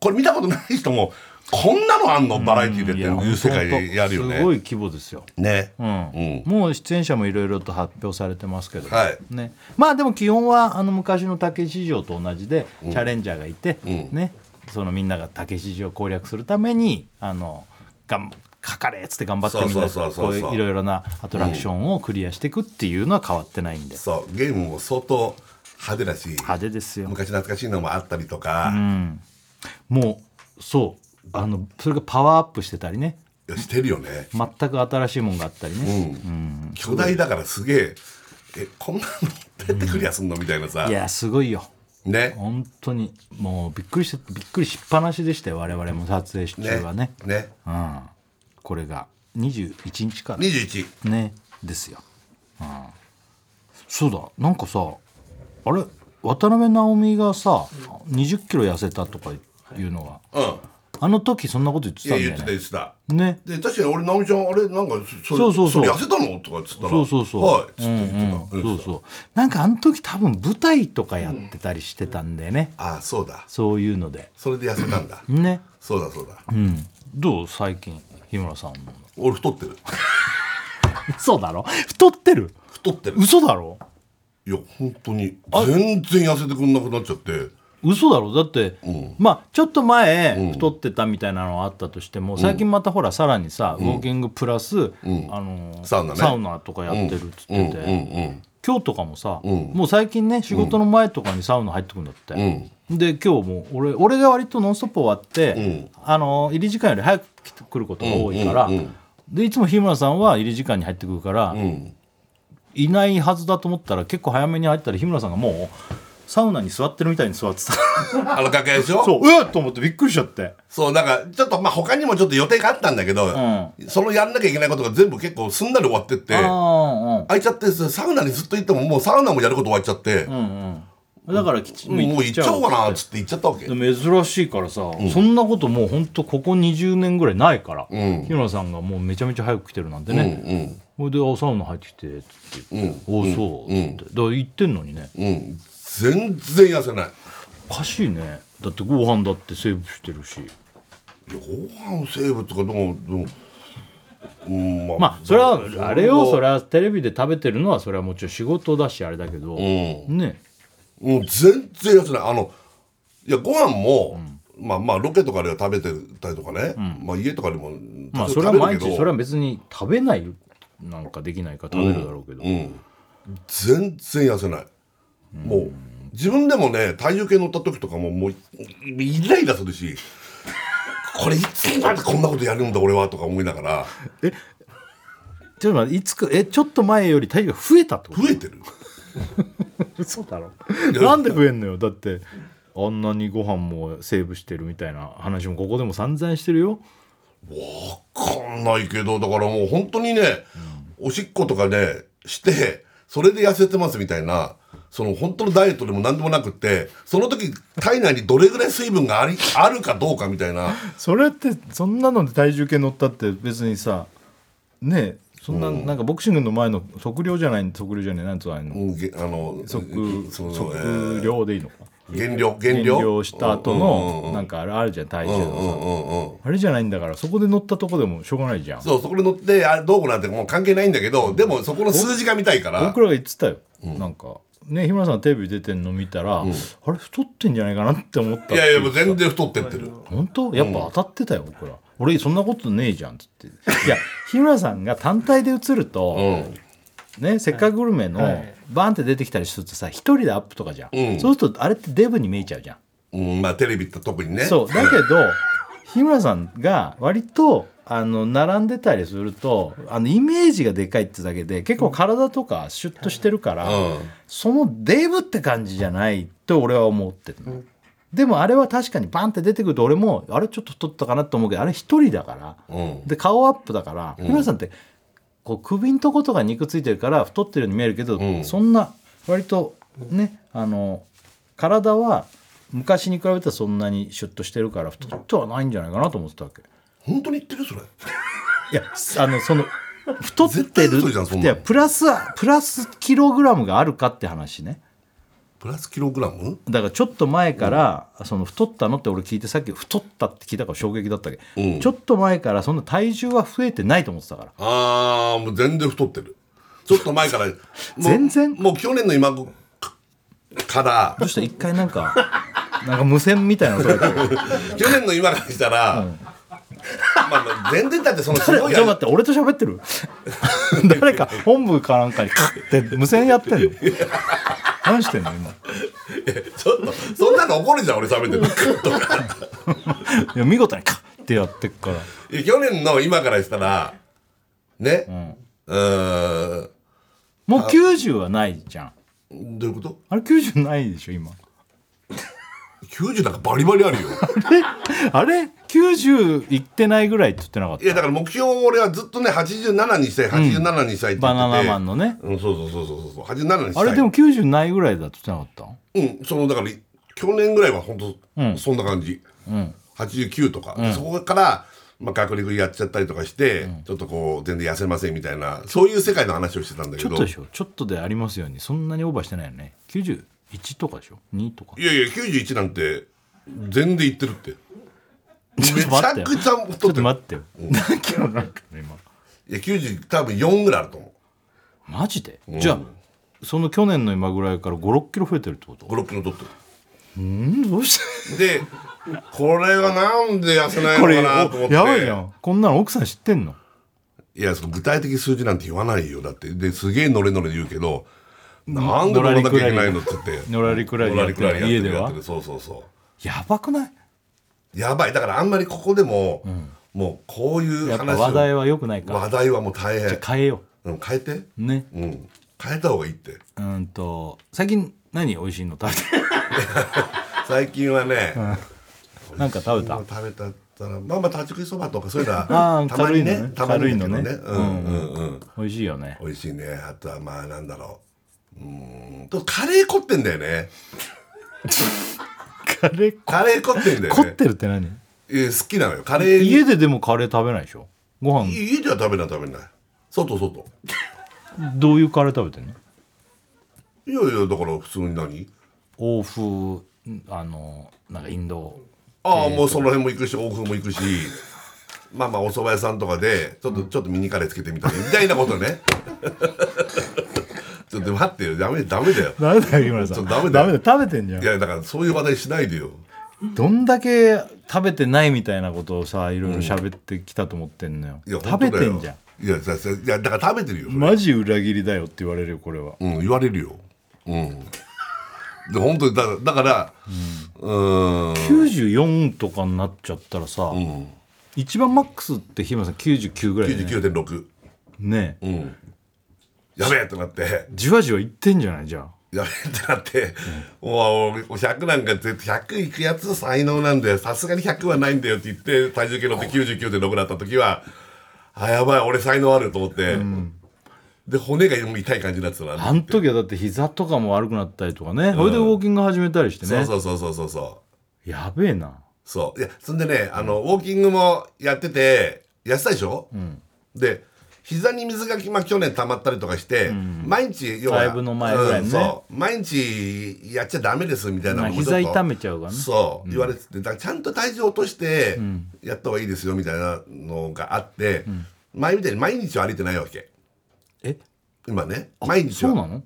これ見たことない人もこんなのあんのバラエティーでっていう世界でやるよ本当すごねい規模ですよ。ね、うんうんもう出演者もいろいろと発表されてますけど、はいね、まあでも基本はあの昔の竹市場と同じで、チャレンジャーがいて、ね、そのみんなが竹市場を攻略するためにあのがんかかれっつって頑張ってみんなでそうそうこそううそういういろいろなアトラクションをクリアしていくっていうのは変わってないんでそうゲームも相当派手だし派手ですよ昔懐かしいのもあったりとか、もうそうあのそれがパワーアップしてたりねいやしてるよね、全く新しいもんがあったりね、巨大だからすげええこんなの出てクリアすんのみたいなさ、いやすごいよね本当にもうびっくりしてびっくりしっぱなしでしたよ我々も撮影中はねねうん、これが21日から21ねですよ、うん、そうだなんかさあれ渡辺直美がさ2 0キロ痩せたとかいうのはうんあの時そんなこと言っていたやんだ言っよてたね言ってたねで確かに俺直美ちゃんあれなんかそそうそうそうれ痩せたのとかっつったらそうそうそう、はいっつってうん言ってた、ううんんそうそうなんかあの時多分舞台とかやってたりしてたんだよね、ああそうだそういうのでそれで痩せたんだねそうだそうだ、うんどう最近日村さんの俺太ってる嘘だろ太ってる太ってる嘘だろいや本当に全然痩せてくんなくなっちゃって嘘だろだって、まあちょっと前、太ってたみたいなのはあったとしても最近またほらさらにさ、ウォーキングプラス、あのーサウナねとかやってるっつってて、うんうん今日とかもさ、もう最近ね仕事の前とかにサウナ入ってくんだって、で今日も俺俺が割と「ノンストップ!」終わって、あのー入り時間より早く来てくることが多いから、でいつも日村さんは入り時間に入ってくるから、いないはずだと思ったら結構早めに入ったら日村さんがもうサウナに座ってるみたいに座ってたうんあの楽屋でしょ そうえっと思ってびっくりしちゃってそう、だから、ちょっと、まあ、他にもちょっと予定があったんだけど、うそのやんなきゃいけないことが全部結構すんなり終わってって、あ空いちゃって、サウナにずっと行っても、もうサウナもやること終わっちゃって、あうんうんだからきちもう行っちゃおうかな、っつって行っちゃったわけ。て珍しいからさ、そんなこともうほんとここ20年ぐらいないから、日村さんがもうめちゃめちゃ早く来てるなんてね、ほいであ「サウナ入ってきて」っつって言って「おおそう」っつって、だから行ってんのにねうん。全然痩せない。おかしいねだってご飯だってセーブしてるいしやご飯セーブとか、でも、でも、うん、まあまあそれはあれよそれはテレビで食べてるのはそれはもちろん仕事だしあれだけど、ねもう全然痩せないあのいやご飯も、まあまあロケとかでは食べてたりとかね、まあ家とかでもまあそ食れはべる毎けど日それは別に食べないなんかできないから食べるだろうけど、全然痩せない、もう自分でもね体重計乗った時とかももうイライラするしこれいつになってこんなことやるんだ俺はとか思いながらちょっと待っていつかえちょっと前より体重が増えたってこと増えてる嘘だろなんで増えんのよだってあんなにご飯もセーブしてるみたいな話もここでも散々してるよわかんないけどだからもう本当にね、おしっことかねしてそれで痩せてますみたいなその本当のダイエットでも何でもなくってその時体内にどれぐらい水分がありあるかどうかみたいなそれってそんなので体重計乗ったって別にさねえそんななんかボクシングの前の測量じゃない測量じゃないなんつうのあれうのんげあの測そうそう測量でいいのかえー減量減減量量した後のなんかあれあるじゃん体重うんうのさんうんうんあれじゃないんだからそこで乗ったとこでもしょうがないじゃんそうそこで乗ってあれどうこうなんてもう関係ないんだけどでもそこの数字が見たいから僕らが言ってたよなんかね日村さんテレビ出てんの見たらあれ太ってんじゃないかなって思ったっていいやいやもうう全然太ってってる本当やっぱ当たってたよ僕ら俺そんなことねえじゃんっつっていや日村さんが単体で映るとうんね、せっかくグルメのはいバーンって出てきたりするとさ一人でアップとかじゃん、うんそうするとあれってデブに見えちゃうじゃん、うんまあテレビって特にねそうだけど日村さんが割とあの並んでたりするとあのイメージがでかいってだけで結構体とかシュッとしてるから、うんそのデブって感じじゃないと俺は思ってるの、でもあれは確かにバンって出てくると俺もあれちょっと太ったかなと思うけどあれ一人だから、うんで顔アップだから、日村さんってこう首んとことか肉ついてるから太ってるように見えるけど、んそんな割とねあの体は昔に比べたらそんなにシュッとしてるから太ってはないんじゃないかなと思ってたわけ本当に言ってるそれいやあのその太ってる絶対嘘じゃんそんなのいやプラスプラスキログラムがあるかって話ねプラスキログラムだからちょっと前から、その太ったのって俺聞いてさっき太ったって聞いたから衝撃だったわけど、うんちょっと前からそんな体重は増えてないと思ってたからああもう全然太ってるちょっと前 からもう全然もう去年の今かからどうした一回なん かなんか無線みたいなの取れてる去年の今からしたら、まあまあ全然だってそのす 誰ちょごっいと待って俺と喋ってる誰か本部かなんかにカッて無線やってんの何してんの今いちょっとそんなの怒るじゃん俺冷めてるとかや見事にカッてやってっからいや去年の今からしたらねうーもう90はないじゃんんどういうことあれ90ないでしょ今90なんかバリバリあるよ あれ90いってないぐらいって言ってなかっいやだから目標を俺はずっとね87にしたい87にしたいって言ってて、たバナナマンのねうんそうそうそうそうそう87にしたあいれでも90ないぐらいだって言ってなかっうん、そのだから去年ぐらいは本うん当そんな感じ、ん89とか、そこから、まあ、学力やっちゃったりとかして、ちょっとこう全然痩せませんみたいなそういう世界の話をしてたんだたけちょどっとでしょちょっとでありますようにそんなにオーバーしてないよね91とかでしょ2とかいやいや91なんて全然いってるってめちちょっと待ゃってよくちゃちょ太っってとる待ってよ。何キロなんかね、今。いや90多分4ぐらいあると思マジで、じゃあ、その去年の今ぐらいから5、6キロ増えてるってことう56キロ取ってうん、どうしてるでこれはなんで痩せないこれ、のおかなと思って やばいじゃん。こんなの奥さん知ってんのいやその具体的数字なんて言わないよだってですげえノレノレ言うけどなんで乗らなきゃいけないのって言ってのらりくらりのやらってりるくらりやって家るでやってはるそうそうそやばくないうやばいだからあんまりここでも、もうこういうやっぱ話を話題は良くないから話。題はもう大変じゃあ変えようん変えてう。ね。うん変えた方がいいってうんと、最近何美味しいの食べて最近はね、るなんか食べたもう食べたったらまあまあ立ち食いそばとかそういうの あはーたまにねたま軽いにだのけねどねうんうんうん美味しいよね。美味しいねあとはまあなんだろううーんとカレー凝ってんだよねカレー、カレー凝ってんだよ凝ねってるって何えー好きなのよカレー家ででもカレー食べないでしょご飯、家では食べない食べない外外どういうカレー食べてんのいやいやだから普通に何欧風んあのなんかインドああ、もうその辺も行くし欧風も行くしまあまあお蕎麦屋さんとかでちょっと、ちょっとミニカレーつけてみたりみたいなこと ねちょっと待ってよダメダメだよダメだよ日村さちょんっとダメだダよメだよ食べてんじゃいんやだからそういう話題しないでよどんだけ食べてないみたいなことをさいろいろ喋ってきたと思ってんのよ,、いや食べてんじゃんんいやささいやだから食べてるよそれ、マジ裏切りだよって言われるよこれはうん、言われるようんで本当にだだからうーん94とかになっちゃったらさ、一番マックスって日村さん99ぐらいだよね99.6ねえうんやべえってなってじわじわいってんじゃないじゃあやべえってなって、もう100なんか絶対100いくやつ才能なんだよさすがに100はないんだよって言って体重計乗って99.6だった時はあやばい俺才能あると思って、で骨がもう痛い感じになってたなあの時はだって膝とかも悪くなったりとかね、それでウォーキング始めたりしてそねうそうそうそうそうそうやべえなそう。いや、そんでね、あの、ウォーキングもやってて、やってたでしょ、で、膝に水が、まあ、去年溜まったりとかして、毎日、要ライブの前ぐらいねうんそう。毎日やっちゃダメですみたいなまあもちょっと膝痛めちゃうからねそう、言われてて、だからちゃんと体重落として、やった方がいいですよみたいなのがあって、前みたいに毎日は歩いてないわけ。え今ね。毎日そは。うなの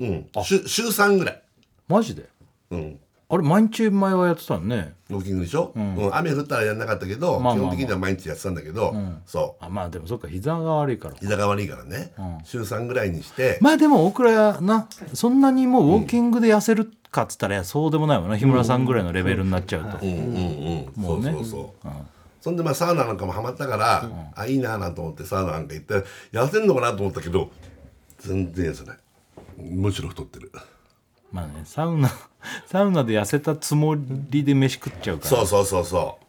うん。週週3ぐらい。マジでうん。あれ毎日前はやってたのねウォーキングでしょ、うん雨降ったらやんなかったけど、まあまあまあ基本的には毎日やってたんだけど、そうあまあでもそっか膝が悪いから膝が悪いからね、週3ぐらいにして、まあでも大倉なそんなにもうウォーキングで痩せるかっつったらそうでもないもんな日村さんぐらいのレベルになっちゃうと、うんうんうん、もうねそうそうそう、そんでまあサウナなんかもハマったから、あいいなあなんて思ってサウナなんか行って痩せんのかなと思ったけど全然痩せないむしろ太ってるまあねサウナ サウナで痩せたつもりで飯食っちゃうからそうそうそうそ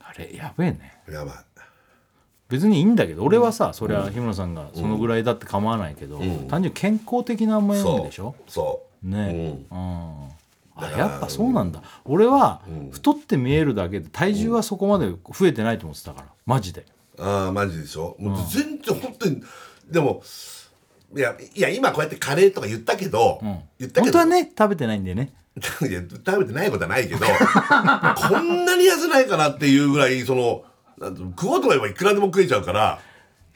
あれやべえねうやばい別にいいんだけど俺はさ、それは日村さんがそのぐらいだって構わないけど、単純に健康的なもそんうでしょそうねうんあやっぱそうなんだ俺は太って見えるだけで体重はそこまで増えてないと思ってたからマジでああマジでしょもう全然本当にでもいやいや今こうやってカレーとか言ったけど、言ったけど本当はね食べてないんだよねいや食べてないことはないけどこんなに痩せないかなっていうぐらいそのなんていうの食おうと思えばいくらでも食えちゃうから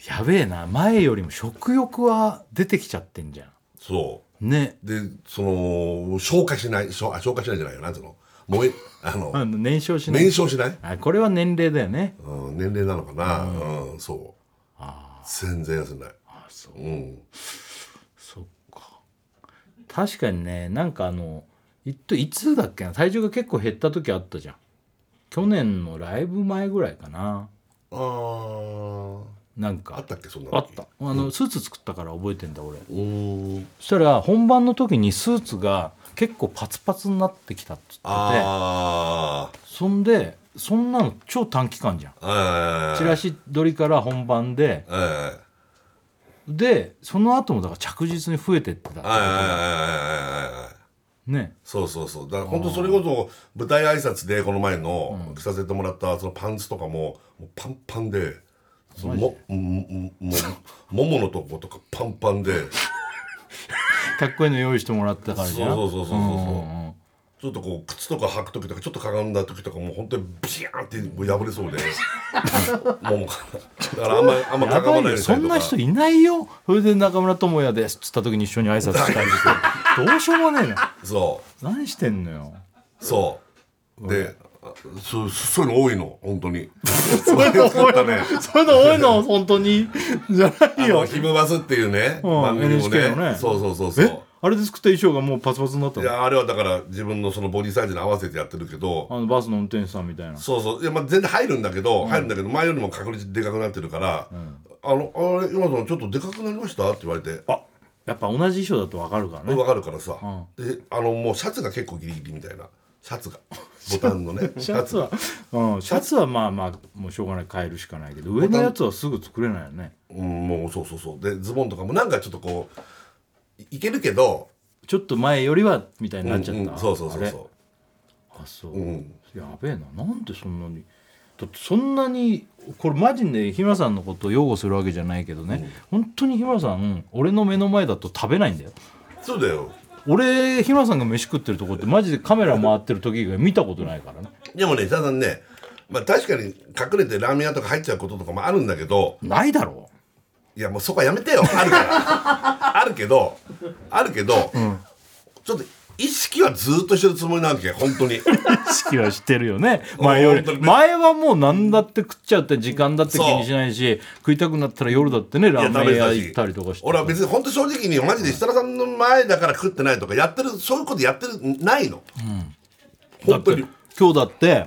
やべえな前よりも食欲は出てきちゃってんじゃそんねうでその消化しない消あ消化しないじゃないよなんていうの燃えああのの燃焼しない燃焼しない、あこれは年齢だよねうん、年齢なのかなうん、そう全然痩せないあ、そうん、そっか確かにねなんかあのいっといつだっけな体重が結構減った時あったじゃん去年のライブ前ぐらいかなあーなんかあったっけそんなあったあのスーツ作ったから覚えてんだ俺うーんそしたら本番の時にスーツが結構パツパツになってきたっつっててあーそんでそんなの超短期間じゃんあチラシ取りから本番でえええでその後もだから着実に増えてってええたええええねそうそうそうだから本当それこそ舞台挨拶でこの前の着させてもらったそのパンツとかももうパンパンでそのもももももものとことかパンパンでかっこいいの用意してもらったからじゃんそうそうそうそうそううんうんちょっとこう靴とか履く時とかちょっとかがんだ時とかもう本当にビシャーンってもう破れそう でももからだからあんまりあんまやかがばまいないようよにそんなした人りいないよそれで中村智也ですっつった時に一緒に挨拶したりしてどうしようもねえなとかそ何してんのようそうであそうそういうの多いの本当 にそういうの多いねそういうの多いの本当にじゃないあのひむバスっていうね、うん番組も NHK のねねそうそうそうそうえあれで作った衣装がもうパツパツになったいのやあれはだから自分のそのボディサイズに合わせてやってるけどあのバスの運転手さんみたいなそうそういや、まあ、全然入るんだけど、入るんだけど前よりも確率でかくなってるから「あのあれ今のちょっとでかくなりました?」って言われて「あやっぱ同じ衣装だと分かるからね分かるからさ、であのもうシャツが結構ギリギリみたいなシャツ がボタンのねシャツは、うん、シャツはまあまあもうしょうがない変えるしかないけど上のやつはすぐ作れないよねうんもうそうそうそうでズボンとかもなんかちょっとこういいけるけどちょっと前よりはみたいになっちゃった、うんうんそうそうそうそうあれあそう、うんやべえななんでそんなにだってそんなにこれマジで日村さんのことを擁護するわけじゃないけどね、本当に日村さん俺の目の前だと食べないんだよそうだよ俺日村さんが飯食ってるとこってマジでカメラ回ってる時以外見たことないからねでもねただねまあ確かに隠れてラーメン屋とか入っちゃうこととかもあるんだけど、ないだろいやもうそこはやめてよあるからあるけどあるけど、ちょっと意識はずっとしてるつもりなわけ本当に意識はしてるよね前よ本当りにね前はもう何だって食っちゃって時間だって気にしないし食いたくなったら夜だってねラーメン屋行ったりとかして俺は別に本当正直にマジで設楽さんの前だから食ってないとかやってるそういうことやってるないの、本当にだって今日だって、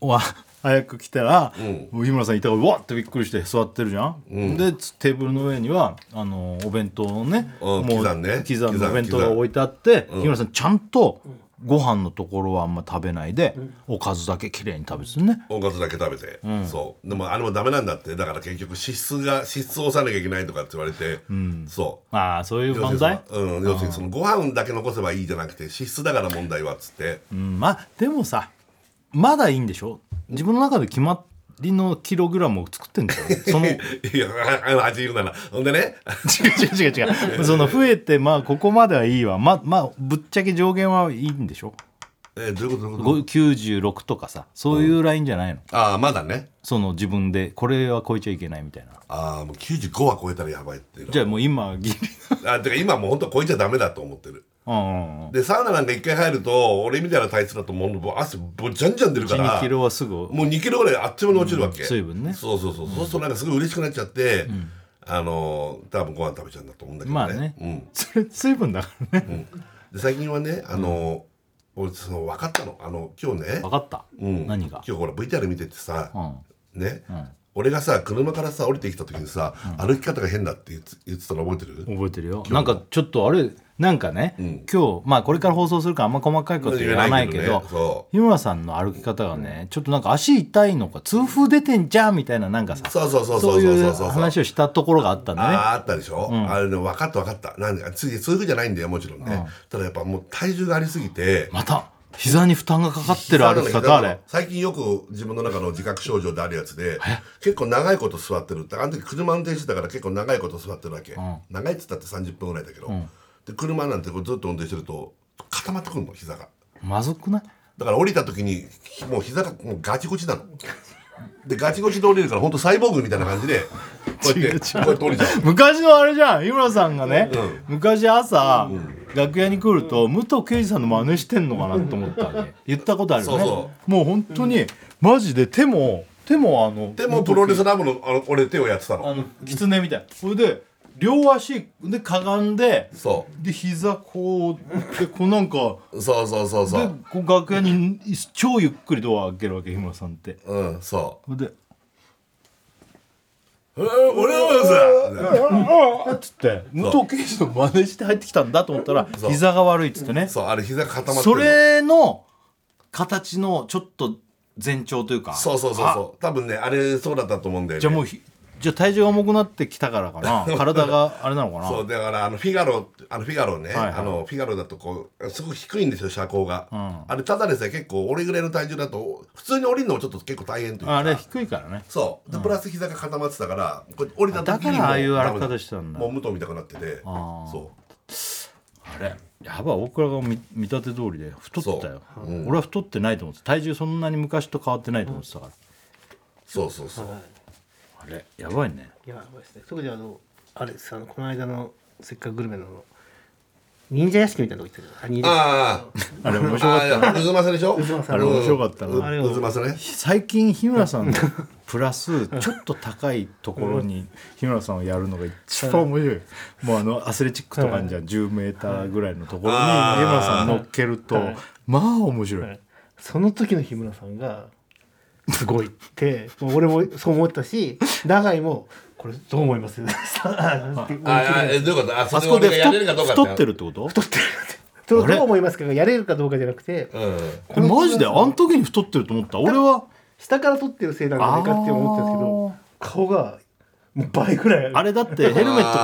わ早く来たら、日村さんいたからわってびっくりして座ってるじゃん、でつテーブルの上にはあのお弁当のね,、うん刻んね刻刻んだんお弁当が置いてあって、日村さんちゃんとご飯のところはあんま食べないで、おかずだけ綺麗に食べてるねおかずだけ食べて、そうでもあれもダメなんだってだから結局脂質が脂質を抑えなきゃいけないとかって言われて、そうああそういう要する犯にそ罪のうん、要するにそのご飯だけ残せばいいじゃなくて脂質だから問題はっつって、うんまあでもさまだいいんでしょ自分の中で決まりのキログラムを作ってんだよその違いやあの味言うならほんでねう違う違う違うその増えてまあここまではいいわままあぶっちゃけ上限はいいんでしょえどういうことどういうことご96とかさそういうラインじゃないの、ああまだねその自分でこれは超えちゃいけないみたいなああもう95は超えたらやばいっていうのじゃあもう今ギリあてか今もうほんと超えちゃダメだと思ってるうんうんうんでサウナなんか一回入ると俺みたいな体質だともうもう汗ぼじゃんじゃん出るから12キロはすぐもう2キロぐらいあっちもに落ちるわけ、うん水分ねそうそうそう、そうするとなんかすごい嬉しくなっちゃって、あのー多分ご飯食べちゃうんだと思うんだけどね,、まあねうん、それ水分だからねで最近はねあのー俺その分かったのあの今日ね分かった、うん何が今、日ほら VTR 見ててさう、ん、ね、ん俺がさ車からさ降りてきた時にさ、歩き方が変だって言って言ってたの覚えてる覚えてるよなんかちょっとあれなんかね、ん今日まあこれから放送するからあんま細かいこと言わないけ言わなどいけどねそう日村さんの歩き方がねちょっとなんか足痛いのか痛風出てんじゃんみたいななんかさそうそうそうそそううそういそううそう話をしたところがあったんだねあーあったでしょ、あれね分かった分かったなんでついそういうふうじゃないんだよもちろんね、ただやっぱもう体重がありすぎてまた膝に負担がかかってる歩き膝の方あれ最近よく自分の中の自覚症状であるやつで結構長いこと座ってるってあの時車運転してたから結構長いこと座ってるわけ、長いっつったって30分ぐらいだけど、で車なんてこうずっと運転してると固まってくるの膝がまずくないだから降りた時にもう膝がもうガチゴチなのでガチゴチで降りるから本当サイボーグみたいな感じでこうやってこうやって降りちゃう昔のあれじゃん日村さんがね、昔朝、楽屋に来ると武藤敬司さんの真似してんのかなと思ったわけ言ったことあるよそねうそもう本当に、マジで手も手もあのでもプロレスラブのあの俺手をやってたあのの狐みたいなそれで両足でかがんでそで膝こうでこうなんかうそうそうそう そでうこう楽屋に超ゆっくりドア開けるわけ日村さんってうんそそれでうえー俺はさっつって武藤敬司の真似して入ってきたんだと思ったらそう膝が悪いっつってねそうあれ膝が固まってるそのれの形のちょっと前兆というかそうそうそうそう多分ねあれそうだったと思うんだよねじゃあもうひじゃあ体重が重くなってきたからかな体があれなのかなそうだからあのフィガロあのフィガロね、はいはいあのフィガロだとこうすごく低いんですよ車高が、あれただでさえ結構俺ぐらいの体重だと普通に降りるのもちょっと結構大変というかあれ低いからねそうでプラス膝が固まってたからこれ降りた時にだからああいうも歩き方してたんだもう無糖みたくなっててあーそうあれやばい大倉が見見立て通りで太ってたよ、そううん俺は太ってないと思ってた体重そんなに昔と変わってないと思ってたから、そうそうそうあれやばいねいやばいですね特にあのあれですあのこの間の「せっかくグルメの」忍者屋敷みたいなとこ行ってたあ忍者屋敷あああれ面白かっああ渦ませでしょあれ面白かったなうんう渦ませねた最近日村さんのプラスちょっと高いところに日村さんをやるのが一番面白いもうあのアスレチックとかあんじゃん1 0ーぐらいのところに日あー村さん乗っけるとはいまあ面白い、はいその時の日村さんがすごいってもう俺もそう思ったし永井もこれどう思いますああああえどういうことああそそここででやれ太るかどうっか太っるてるってこと太ってるって どうあれどう思いますかやれるかどうかじゃなくてうんこれマジであの時に太ってると思った俺は下から撮ってるせいなんじゃないかって思ったんですけど顔がもう倍ぐらいあれだってヘルメット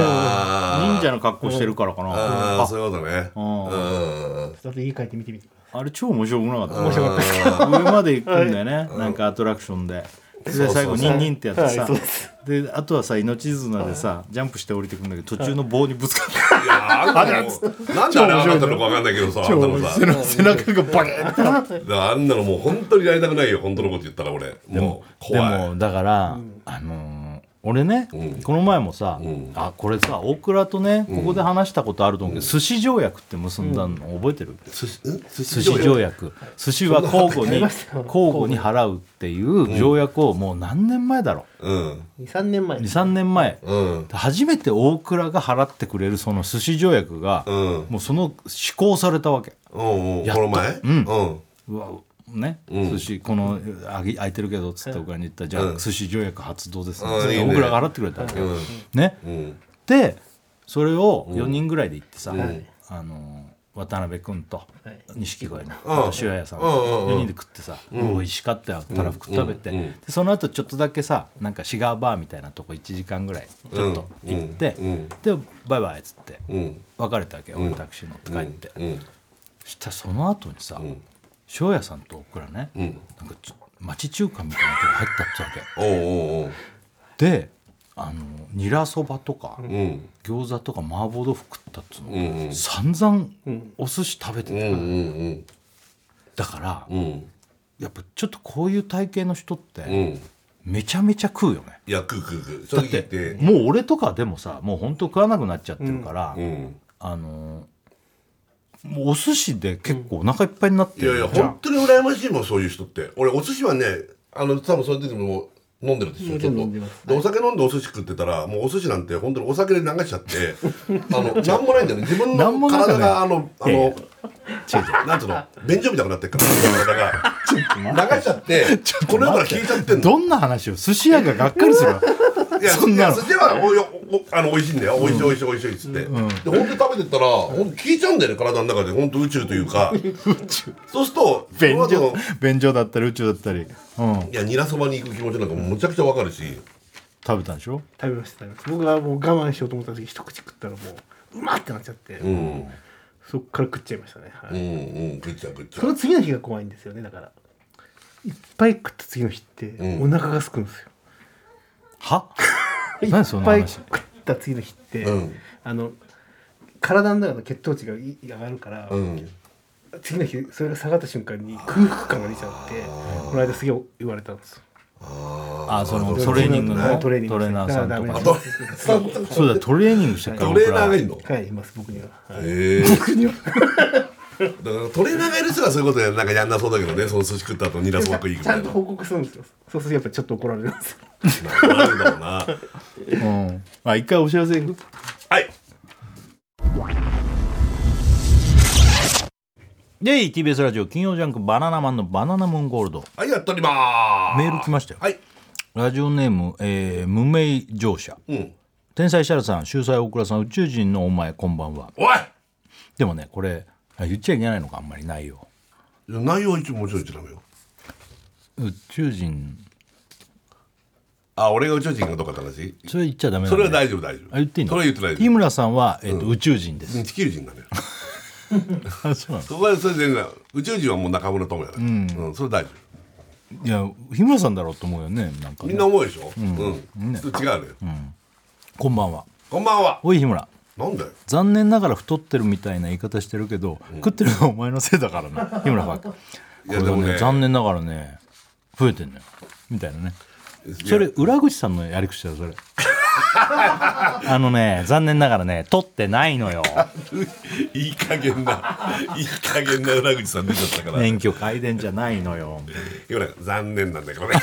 あかぶっーて忍者の格好してるからかなあああそういうことねうんちょっと家帰って見てみてくださいあれ超面白くなかった面白かったですか上まで行くんだよね、なんかアトラクションで。でそうそう最後ニンニンってやってさ、はいそうですであとはさ命綱でさ、ジャンプして降りてくんだけど途中の棒にぶつかって、いやああんなのなんであれあなたのかわかんないけどさあんなのさ背中背中がバケッてなってだからあんなのもう本当にやりたくないよ本当のこと言ったら俺もうで怖いもだから、あのー俺ね、この前もさ、んあこれさ大倉とねここで話したことあると思うけど、寿司条約って結んだの覚えてる、寿司ん寿寿司条約寿司は交互にりま交したよ互に払うっていう条約をもう何年前だろうん23年前23年前うん初めて大倉が払ってくれるその寿司条約が、うんもうその施行されたわけうんうんやっことの前うんうんうわね、うん寿司このあげ空いてるけどっつってお金に言ったらじゃあ、うん寿司条約発動ですね、うんそれいいね僕らが払ってくれたわけよ、うんねうんでそれを4人ぐらいで行ってさ、んあの渡辺君とはい錦鯉のうんあと塩谷さんうんうんうん4人で食ってさ、美味しかったよたらふく食べて、うんうんうんでその後ちょっとだけさなんかシガーバーみたいなとこ1時間ぐらいちょっと行って、うんでバイバイっつってうん別れたわけよ、うんタクシー乗って帰って、うんそしたらその後にさ、ん塩谷さんと僕らね、うんなんかちょ町中華みたいなとこ入ったってわおうおうおうけであのニラそばとか、うん餃子とか麻婆豆腐食ったっつうの、うんうん散々うんお寿司食べてうんて、うんだから、うんうんやっぱちょっとこういう体型の人っうてんめちゃめちゃ食うよね、いや食う食う食う正だ直っ言っててもう俺とかでもさもう本当食わなくなっちゃってるから、うんあのーもうお寿司で結構お腹いっぱいになっていやいるやじゃん本当に羨ましいもんそういう人って俺お寿司はねあの多分そういう時も飲んでるでしょちょっと飲んででますお酒飲んでお寿司食ってたらもうお寿司なんて本当にお酒で流しちゃってあのなんもないんだよね自分なんのもなくない体があのあいやいやの なんつうの便所みたくなってるから体が流しちゃってこの世から消えちゃってんのどんな話を寿司屋ががっかりするわいや そそんんななののではおいおおあの美味しいんだよ美味しい美味しい美味しいっつって、で本当に食べてったら本当消えちゃうんだよね体の中で本当宇宙というかそうすると便その所後便所だったり宇宙だったり、うん、いやニラそばに行く気持ちなんかむちゃくちゃわかるし食べたんでしょ食べました食べました僕はもう我慢しようと思った時一口食ったらもううまってなっちゃって、うんそっから食っちゃいましたね、はいうんうんぐっちゃぐっちゃその次の日が怖いんですよねだからいっぱい食った次の日って、うんお腹が空くんですよはい何そっのぱい話食った次の日って、うんあの体の中の血糖値がい上がるから、うん次の日それが下がった瞬間に空腹感が出ちゃってこの間すげえ言われたんですよあそのなるほトどレーニングのトレーニングトレーナーさんとかだねからダメそうだトレーニングしてるからト僕レらーナーがいるのはいいます僕には、はいへえ僕にはだからトレーナーがいる人はそういうことやなんかやんなそうだけどねその寿司食った後ニラそば食いに行くみちゃたいんなと報告するんですよそうするとやっぱちょっと怒られるんですよなるんだろうなうんあ一回お知らせいくはいで TBS ラジオ金曜ジャンク「バナナマンのバナナムーンゴールドはいやっておりま」ーすメール来ましたよはいラジオネーム、えー無名乗車うん天才シャラさん秀才大倉さん宇宙人のお前こんばんはおいでもねこれあ言っちゃいけないのかあんまりないよ内容は一応もちろん一応ダメよ宇宙人あ俺が宇宙人かどうかって話それ言っちゃダメなそんだれよは大丈夫大丈夫あ言っていいのそれは言ってない日村さんは、えーと宇宙人です、地球人なのよあ そうなそこはそれ全然宇宙人はもう中村智也だからうんそれ大丈夫のいや日村さんだろうと思うよねなんかねみんな思うでしょうんねちょっと違うのよこんばんはこんばんはおい日村なんだよ残念ながら太ってるみたいな言い方してるけど、食ってるのはお前のせいだからな日村さんこいれやはでもねね残念ながらね増えてんのよみたいなねそれ裏口さんのやり口だ よそれあのね残念ながらね取ってないのよいい加減 ないい加減な裏口さん出ちゃったから免許改伝じゃないのよほら残念なんだけ どね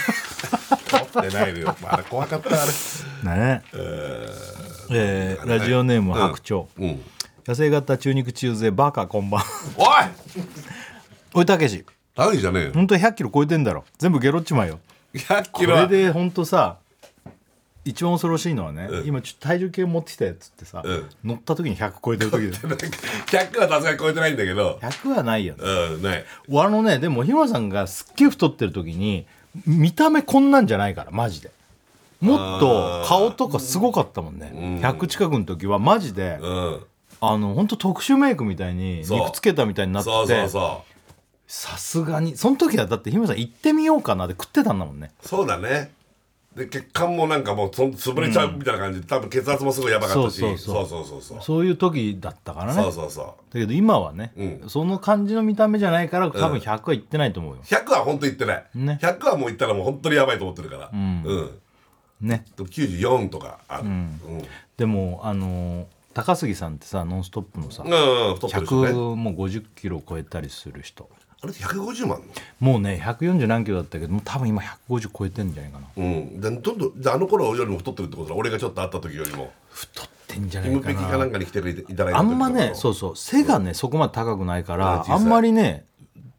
撮ってないのよあれ怖かったあれねえーラジオネーム白鳥、うん野生型中肉中背バカこんばん おいおいたけし大事じゃねえよほんと100キロ超えてんだろ全部ゲロっちまうよ100こキロはれでほんとさ一番恐ろしいのはね、今ちょっと体重計持ってきたやつってさ、うん乗った時に100超えてる時で100はさすがに超えてないんだけど100はないよねうんないあのねでも日村さんがすっげえ太ってる時に見た目こんなんじゃないからマジでもっと顔とかすごかったもんね、100近くの時はマジで、うんあの本当特殊メイクみたいにそう肉つけたみたいになってそうそうてそさすがにその時はだって日村さん行ってみようかなで食ってたんだもんねうそうだねで血管もなんかもうそ潰れちゃうみたいな感じで多分血圧もすごいやばかったしそそううそそううそうそうそうそういう時だったからねそうそうそうだけど今はね、うんその感じの見た目じゃないから多分100は行ってないと思うよ、 100は本当言ってない、ね100はもう言ったらもう本当にやばいと思ってるからんうんねでも94とかある、うんでもあのー高杉さんってさ「ノンストップ!」のさ、うん、太ってる人ね100もう50キロ超えたりする人あれって150万もうね140何キロだったけどもう多分今150超えてんじゃないかなうんでどんどんであの頃よりも太ってるってことだ俺がちょっと会った時よりも太ってんじゃなキいムかペキかななんかに来ていただいた時とかあんまねそううそう背がねそこまで高くないからあ小さいあんまりね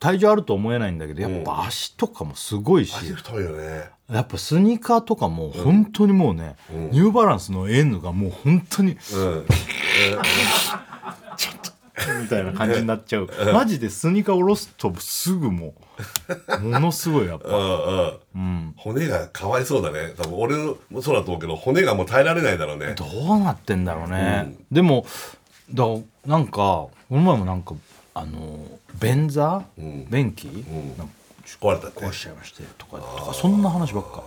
体重あると思えないんだけどやっぱ足とかもすごいし、足太いよねやっぱスニーカーとかも本当にもうね、ニューバランスの N がもう本当にうん みたいな感じになっちゃうマジでスニーカー下ろすとすぐもうものすごいやっぱうんうん、骨がかわいそうだね多分俺もそうだと思うけど骨がもう耐えられないだろうねどうなってんだろうね、でもだなんかこの前もなんかあの便座、ん便器、なんか壊れたって壊しちゃいましてとかとかそんな話ばっか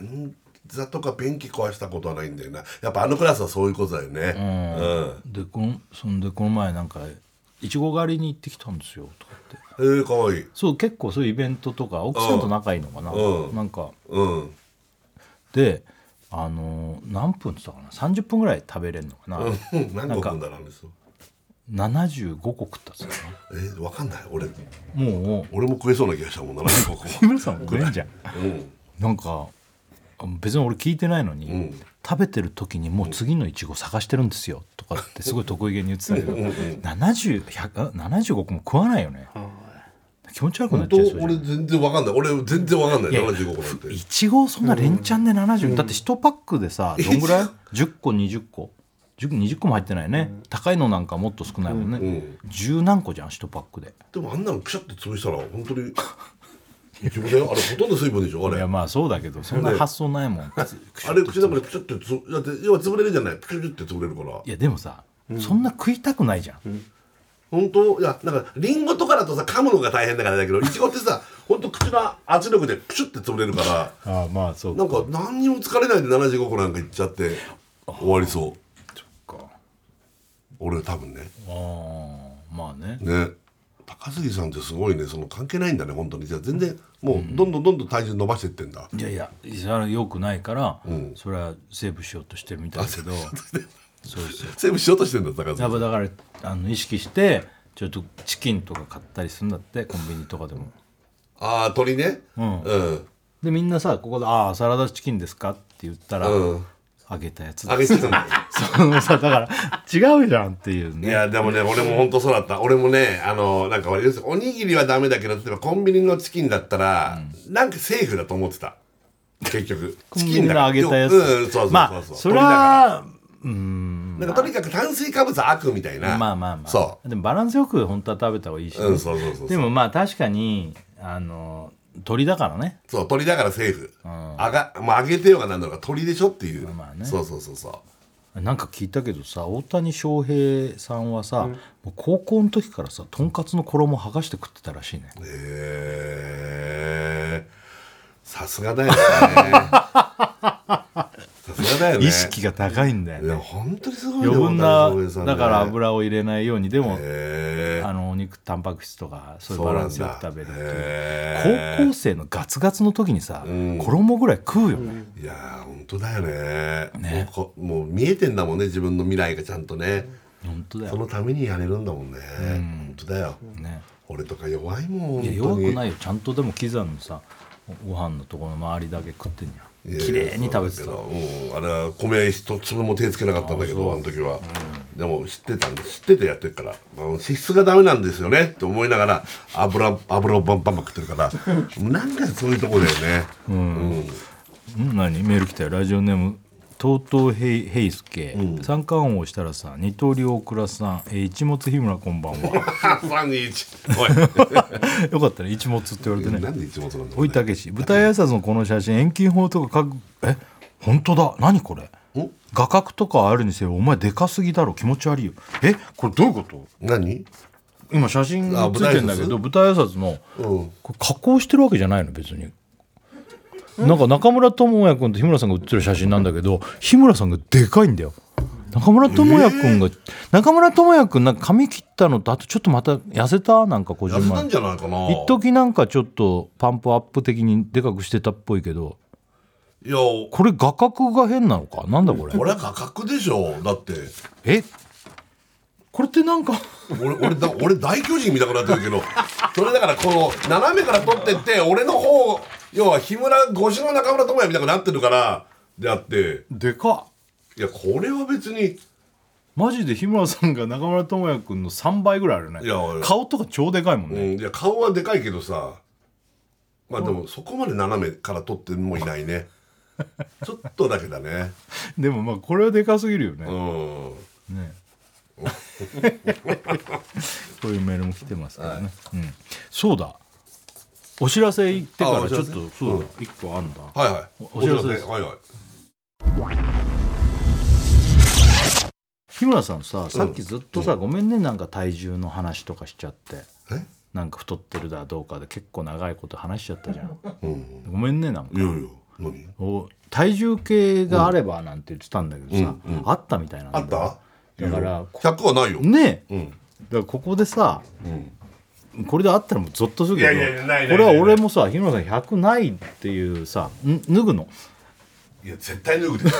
便座とか便器壊したことはないんだよなやっぱあのクラスはそういうことだよねうん、でこのそんでこの前なんか「いちご狩りに行ってきたんですよ」とか言ってえー、かわいいそう結構そういうイベントとか奥さんと仲いいのかな、うんなんかうんであのー何分っつったかな30分ぐらい食べれるのかな、うん何個分だなんですよ75個食ったっつったかえー、わかんない俺なもう俺も食えそうな気がした もんな何個か日村さんも食えんじゃんうんなんかあ別に俺聞いてないのに、ん食べてる時にもう次のいちご探してるんですよとかってすごい得意げに言ってたけど70 100 75個も食わないよね気持ち悪くなっ本当ちゃいそうじゃん俺全然わかんない俺全然わかんないいや75個なんていちごをそんな連チャンで70、だって1パックでさどんぐらい 10個20個10 20個も入ってないね、高いのなんかもっと少ないもんね、うん十何個じゃん1パックででもあんなのピシャッと潰したら本当にいちごだよあれほとんど水分でしょあいれやまあそうだけどそんな発想ないもんあれ口の中でピシャッてつだって要は潰れるじゃないピシュピシュって潰れるからいやでもさ、そんな食いたくないじゃん、本当いやなんかリンゴとかだとさ噛むのが大変だからだけどいちごってさ本当口の圧力でプシュって潰れるからああまあそうなんか何にも疲れないで75個なんかいっちゃって終わりそうか俺多分ねああまあねね高杉さんってすごいねその関係ないんだね本当にじゃあ全然もうどんどんどんどん体重伸ばしてってんだ、いやいやそれは良くないから、んそれはセーブしようとしてるみたいだけどそう ですよセーブしようとしてんだ高杉やさっんぱだからあの意識してちょっとチキンとか買ったりするんだってコンビニとかでもああ鳥ねんうんでみんなさここで「ああサラダチキンですか?」って言ったら、うんあげたやつあだげてたんだよ そのさだから違うじゃんっていういねやでもね俺も本当そうだった俺もねあのなんか要するにおにぎりはダメだけど例えばコンビニのチキンだったら、なんかセーフだと思ってた結局 コンビニの揚げたやつうんうんそうそうそうそう、まあそ鶏れだかはうんらなんかとにかく炭水化物悪みたいなまあまあまあそでもバランスよく本当は食べた方がいいし、ううんそうそうそうそうでもまあ確かにあの鳥だからねそう鶏だからセーフ、あがまあ揚げてようがなんだろうが鶏でしょっていう、まあねそうそうそうそうなんか聞いたけどさ大谷翔平さんはさ、もう高校の時からさとんかつの衣剥がして食ってたらしいねへえさすがだよねさすがだよね意識が高いんだよいねや本当にすごいね余分な大谷翔平さんねだから油を入れないようにでも、へあのお肉タンパク質とかそうーいそうバうラなンんスよだく食べるっていうへ高校生のガツガツの時にさ、衣ぐらい食うよね、ーいやー本当だよねもうこもう見えてんだもんね自分の未来がちゃんとね本当だそよのためにやれるんだもんね本当だよね俺とか弱いもんいや本弱当くにないよちゃんとでも刻んでさご飯のところの周りだけ食ってんじゃんいや綺麗に食べてたそうだけどうんあれは米一粒も手つけなかったんだけどあの時は、でも知ってたんで知っててやってるからあの脂質がダメなんですよねって思いながら油油をバンバンバン食ってるからなんかそういうとこだよねうん、ん何メール来たよラジオネームとうとうへいへいすけ、三冠王設楽さん二刀流大倉さん、えー一物日村こんばんは 321およかったね一物って言われていなねんでいつもそうなんだろおういたけし舞台挨拶のこの写真遠近法とか各え本当だ何これん画角とかあるにせよお前でかすぎだろ気持ち悪いよえこれどういうこと何今写真があつ舞台挨拶いてんだけど舞台挨拶の、うんこれ加工してるわけじゃないの別になんか中村智也君と日村さんが写ってる写真なんだけど日村さんがでかいんだよ中村智也君が、中村智也君なんか髪切ったのとあとちょっとまた痩せたなんか小痩せた島んじゃないかな一時なんかちょっとパンプアップ的にでかくしてたっぽいけどいやここれ画角が変なのかなんだこれれは価格でしょだってえこれってなんか俺俺だ俺大巨人見たくなってるけどそれだからこの斜めから撮ってって俺の方要は日村越しの中村智也みたいになってるからであってでかっいやこれは別にマジで日村さんが中村智也君の3倍ぐらいあるねいや俺顔とか超でかいもんうね、んいや顔はでかいけどさまあでもそこまで斜めから撮ってもいないねちょっとだけだねでもまあこれはでかすぎるよね、うんねこういうメールも来てますからね、うん、そうだお知らせ行ってかあおら知ちらょっせとそうだ1個あんだはいはいおお知らせですはいはい日村さんささっきずっとさ、ごめんねなんか体重の話とかしちゃってえなんか太ってるだどうかで結構長いこと話しちゃったじゃんうんごめんねなんかいやいや何お体重計があればなんて言ってたんだけどさ、あったみたいなんだあっただからこ100はないよ、ねえうんだからここでさ、これであったらもうゾッとするけどいやいやないないこれは俺もさ日村さん100ないっていうさん脱ぐのいや絶対脱ぐでしょ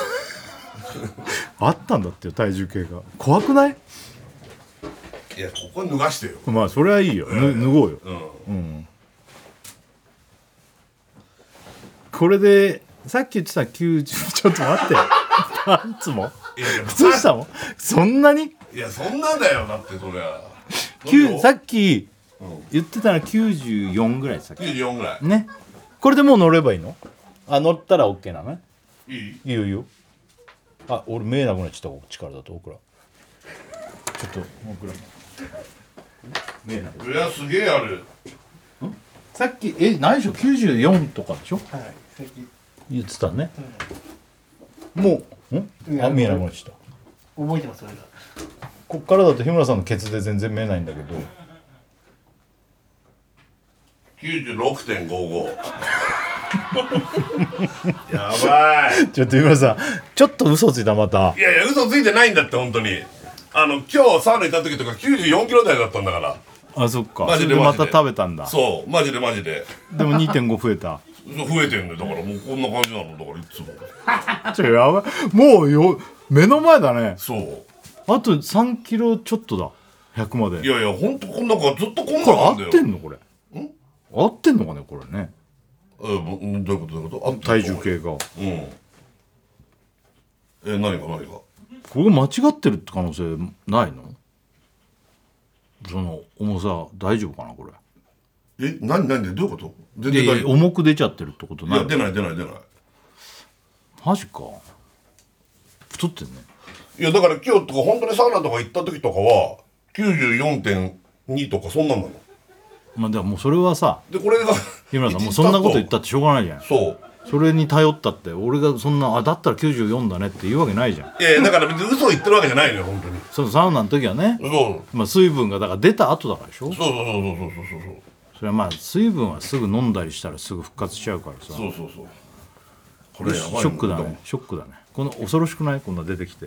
あったんだってよ体重計が怖くないいやここは脱がしてよまあそれはいいよぬ脱ごうよ、うんこれでさっき言ってた90ち ょっと待ってパンツもいやいや 靴下もそんなにいやそんなんだよだってそりゃ9さっき言ってたの94ぐらいさっき94ぐらねこれでもう乗ればいいのあ乗ったら OK なのねいいいいいよいいよあ俺目なくなっちゃった力だとオクラちょっとオクラ目なくなっちゃったいやすげえあるさっきえ何でしょ94とかでしょはい最近言ってたね、もうんあ見えなくなっちゃった覚えてますそれがこっからだと日村さんのケツで全然見えないんだけど 96.55やばいちょっと日村さんちょっと嘘ついたまたいやいや嘘ついてないんだって本当にあの今日サウナ行った時とか94キロ台だったんだからあそっかマジでそれでマまジでた食べたんだそうマジでマジででも2.5増えた増えてんのよだからもうこんな感じなのだからいつもちょやばいもうよ目の前だねそうあと3キロちょっとだ100までいやいや本当こんなんかずっとこんこれなんだ合よってんのこれ合ってんのかねこれねえもうんどういうことどういうことあ体重計がこうんえ何が何がれ間違ってるって可能性ないのその重さ大丈夫かなこれえ何何でどういうこと全い然やい大や丈夫重く出ちゃってるってこといないや出ない出ない出ないマジか太ってんねいやだから今日とか本当にサウナとか行った時とかは94.2とかそんなんなのまあでももうそれはさでこれが日村さんもうそんなこと言ったたってしょうがないじゃんそうそれに頼ったって俺がそんなあだったら94だねって言うわけないじゃんいやいやだから別に嘘を言ってるわけじゃないのよ本当にそのサウナの時はね、そうまあ、水分がだから出た後だからでしそょうそうそうそうそうそうそうそれはまあ水分はすぐ飲んだりしたらすぐ復活しちゃうからさそうそうそうこれやばいなショックだねショックだねこの恐ろしくないこんな出てきて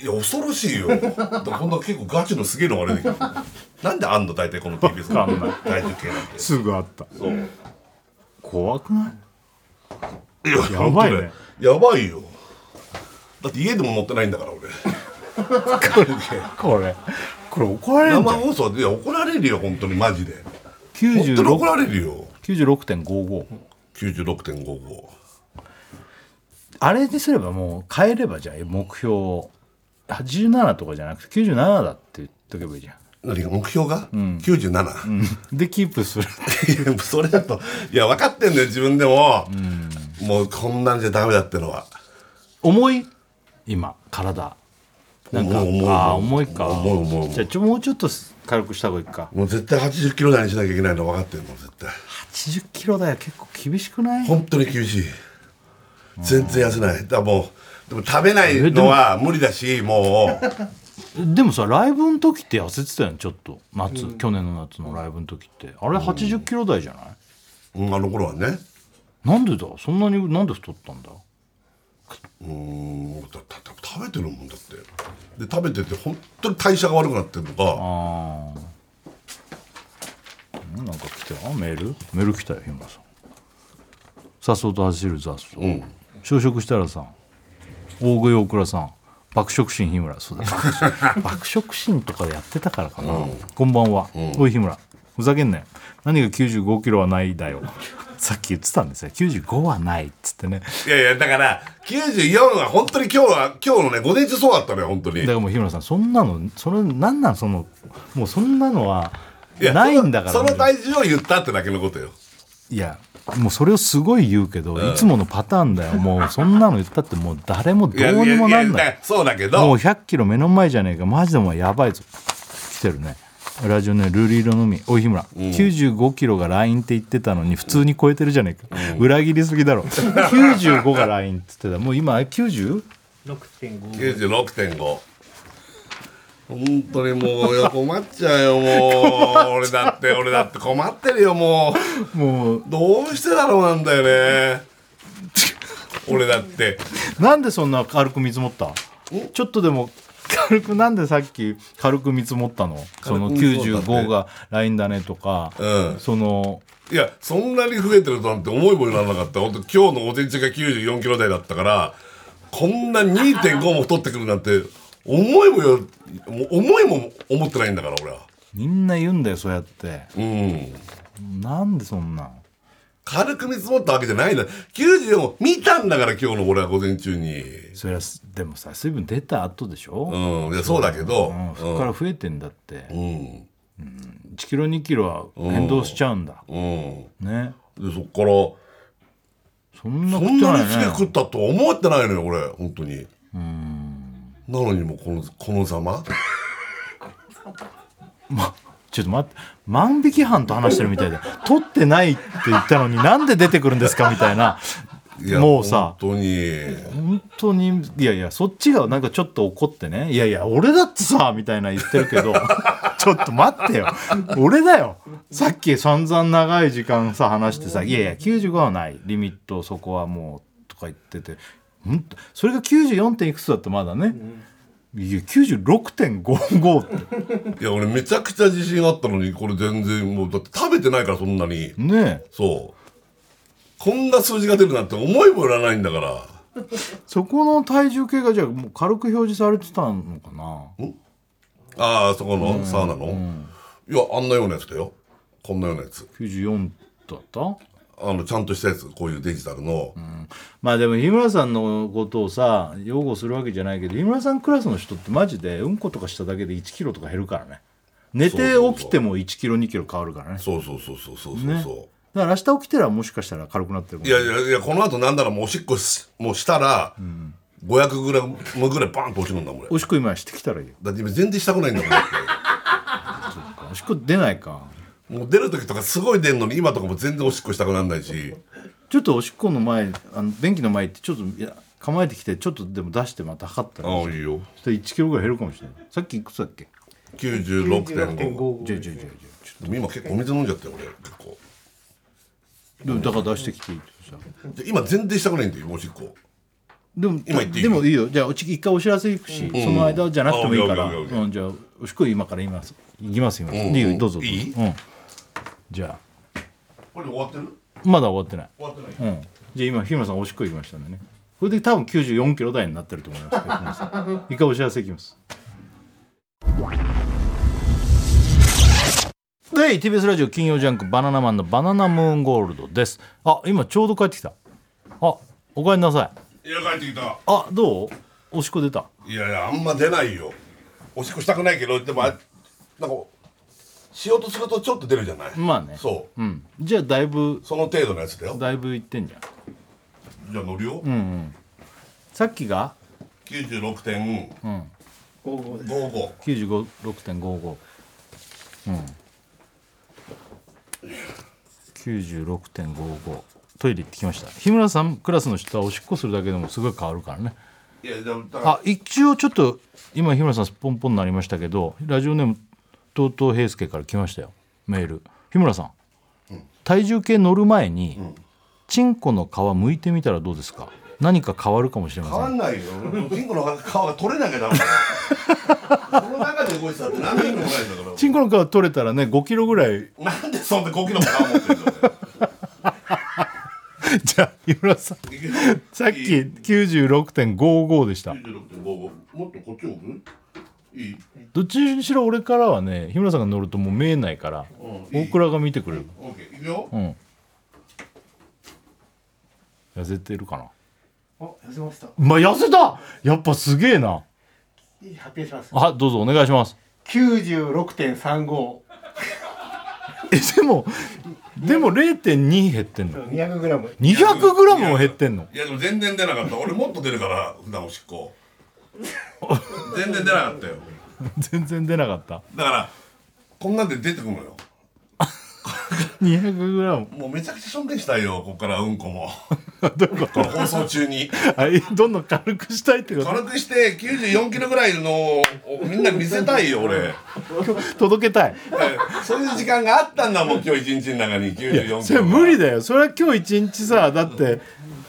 いや恐ろしいよだからこんな結構ガチのすげえのが出てきたなんであんの大体この TBS わのかんない体重計なんてすぐあったそう怖くないいややばいねやばいよだって家でも乗ってないんだから 俺これこれ怒られるんじ生ゃん放送でいや怒られるよ本当にマジで本当に怒96られるよ96.55 96.55あれにすればもう変えればじゃあ目標を87とかじゃなくて97だって言っとけばいいじゃん何が目標が、97、 でキープするいや それだといや分かってんだよ自分でも、もうこんなんじゃダメだってのは重い今体なんか重い重いあー重いか重い重い重いじゃあちょもうちょっと軽くした方がいいかもう絶対80キロ台にしなきゃいけないの分かってんの絶対80キロだよ結構厳しくない本当に厳しい全然痩せないだからもうでも食べないのは無理だしもうでもさライブの時って痩せてたよねちょっと夏、去年の夏のライブの時ってあれ80キロ台じゃない、うんあの頃はねなんでだそんなになんで太ったんだうんだだだ食べてるもんだってで食べてて本当に代謝が悪くなってるのかああなんか来たメールメール来たよ日村さん「さっそうと走る雑草」うん小食設楽さん大食い大倉さん爆食神日村 そうだ爆食神とかやってたからかな、こんばんは、おい日村ふざけんなよ何が9 5キロはないだよ さっき言ってたんですよ95はないっつってねいやいやだから94は本当に今日は今日のね午前中そうだったのよ本当にだからもう日村さんそんなのそれなんなんそのもうそんなのはいやないんだからそのその体重を言ったってだけのことよいやもうそれをすごい言うけど、いつものパターンだよもうそんなの言ったってもう誰もどいやうにもなやんないやだそうだけもうど100キロ目の前じゃねえかマジでお前やばいぞ来てるねラジオねルール色のみおい日村、95キロが LINE って言ってたのに普通に超えてるじゃねえか、裏切りす ぎだろ95が LINE って言ってたもう今 90? 6.5 96.5本当にもういや困っちゃうよ もう俺だって俺だって困ってるよもうもうどうしてだろうなんだよね俺だってなんでそんな軽く見積もったちょっとでも軽くなんでさっき軽く見積もったのその軽く見積もったって95が LINE だねとか、うんそのいやそんなに増えてるとなんて思いもよらなかった本当今日の午前中が94キロ台だったからこんな2.5も太ってくるなんて思いもよもう思いも思ってないんだから俺はみんな言うんだよそうやってうんなんでそんなん軽く見積もったわけじゃないんだ94も見たんだから今日の俺は午前中にそりゃすでもさ水分出た後でしょ、うんいやそうだけどうんそこから増えてんだって、うん1キロ2キロは変動しちゃうんだ、うんねでそっからそんなそ食んってなないにつけね食ったとは思ってないのよ俺本当になのにもうこのこのざまちょっと待って万引き犯と話してるみたいで取ってないって言ったのになんで出てくるんですかみたいないやもうさ本当に本当にいやいやそっちがなんかちょっと怒ってねいやいや俺だってさみたいな言ってるけど ちょっと待ってよ俺だよさっき散々長い時間さ話してさ「いやいや95はないリミットそこはもう」とか言っててんそれが94点いくつだったまだね、いや96.55っていや俺めちゃくちゃ自信あったのにこれ全然もうだって食べてないからそんなにねえそうこんな数字が出るなんて思いもよらないんだからそこの体重計がじゃあもう軽く表示されてたのかなああそこのサウナの、いやあんなようなやつだよこんなようなやつ94だったあのちゃんとしたやつこういうデジタルの、まあでも日村さんのことをさ擁護するわけじゃないけど日村さんクラスの人ってマジでうんことかしただけで1キロとか減るからね寝て起きても1キロ2キロ変わるからねそうそうそうそうそうそうそう、だから明日起きたらもしかしたら軽くなってるかもいやいやいやこの後なんならもうおしっこしもうしたら、500グラムぐらいバンと落ちるんだもん俺おしっこ今してきたらいいよだって今全然したくないんだもんだっておしっこ出ないかもう出る時とかすごい出るのに今とかも全然おしっこしたくなんないしちょっとおしっこの前あの便器の前ってちょっといや構えてきてちょっとでも出してまた測ったらああいいよそしたら1キロぐらい減るかもしれないさっきいくつだっけ96.5 96.5じゃあじゃあじゃあじゃあちょでも今結構お水飲んじゃったよ俺結構っとでもだから出してきていいってさで今全然したくないんだよおしっこでも今言っていいでもいいよじゃあおち一回お知らせ行くし、その間じゃなくてもいいから、あオッケーオッケーオッケーうん、じゃあおしっこい今から言います行きます今、うんいいよどうぞいいうん、じゃこれ終わってるあまだ終わってない、終わってないうん、じゃあ今日村さんおしっこ行きましたんでねこれで多分94キロ台になってると思いますけど日村さん一回お知らせ行きますで TBS ラジオ金曜ジャンク「バナナマンのバナナムーンゴールド」ですあ今ちょうど帰ってきたあおかえりなさいいや帰ってきたあどうおしっこ出たいやいやあんま出ないよおしっこしたくないけどでもあなんかしようとするとちょっと出るじゃないまあね、そうん、じゃあだいうぶその程度のやつだよだいぶいってんじゃんじゃあ乗るよ、さっきが96.55 55です956.55うん96.55トイレ行ってきました日村さんクラスの人はおしっこするだけでもすごい変わるからねいやでもだからあ一応ちょっと今日村さんポンポンになりましたけどラジオネームとうとう平介から来ましたよメール日村さん、体重計乗る前に、チンコの皮剥いてみたらどうですか何か変わるかもしれませ変んわんないよピンクの皮が取れなきゃダメだよこの中で動いてたって何の意味もないんだからチンコの皮取れたらね5キロぐらいなんでそんな5キロも皮持ってんの じゃあ日村さんさっき96.55でした96.55もっとこっち置くいいどっちにしろ俺からはね日村さんが乗るともう見えないからうんい大い倉が見てくれる OK いくようん痩せてるかなあ、痩せました。まあ、痩せたやっぱすげえないい発表します。あどうぞお願いします九十六点三五。えでもでも0.2減ってんの二百グラム。 200グラムも減ってんのいやでも全然出なかった俺もっと出るから普段おしっこ全然出なかったよ全然出なかっただからこんなんで出てくるのよ200グラムもうめちゃくちゃしょんべんしたいよこっからうんこも どういうこ これ放送中にとはいどんどん軽くしたいってこと軽くして94キロぐらいのをみんな見せたいよ俺届けたいそういう時間があったんだもん今日一日の中に94キそれロ無理だよそれは今日一日さだって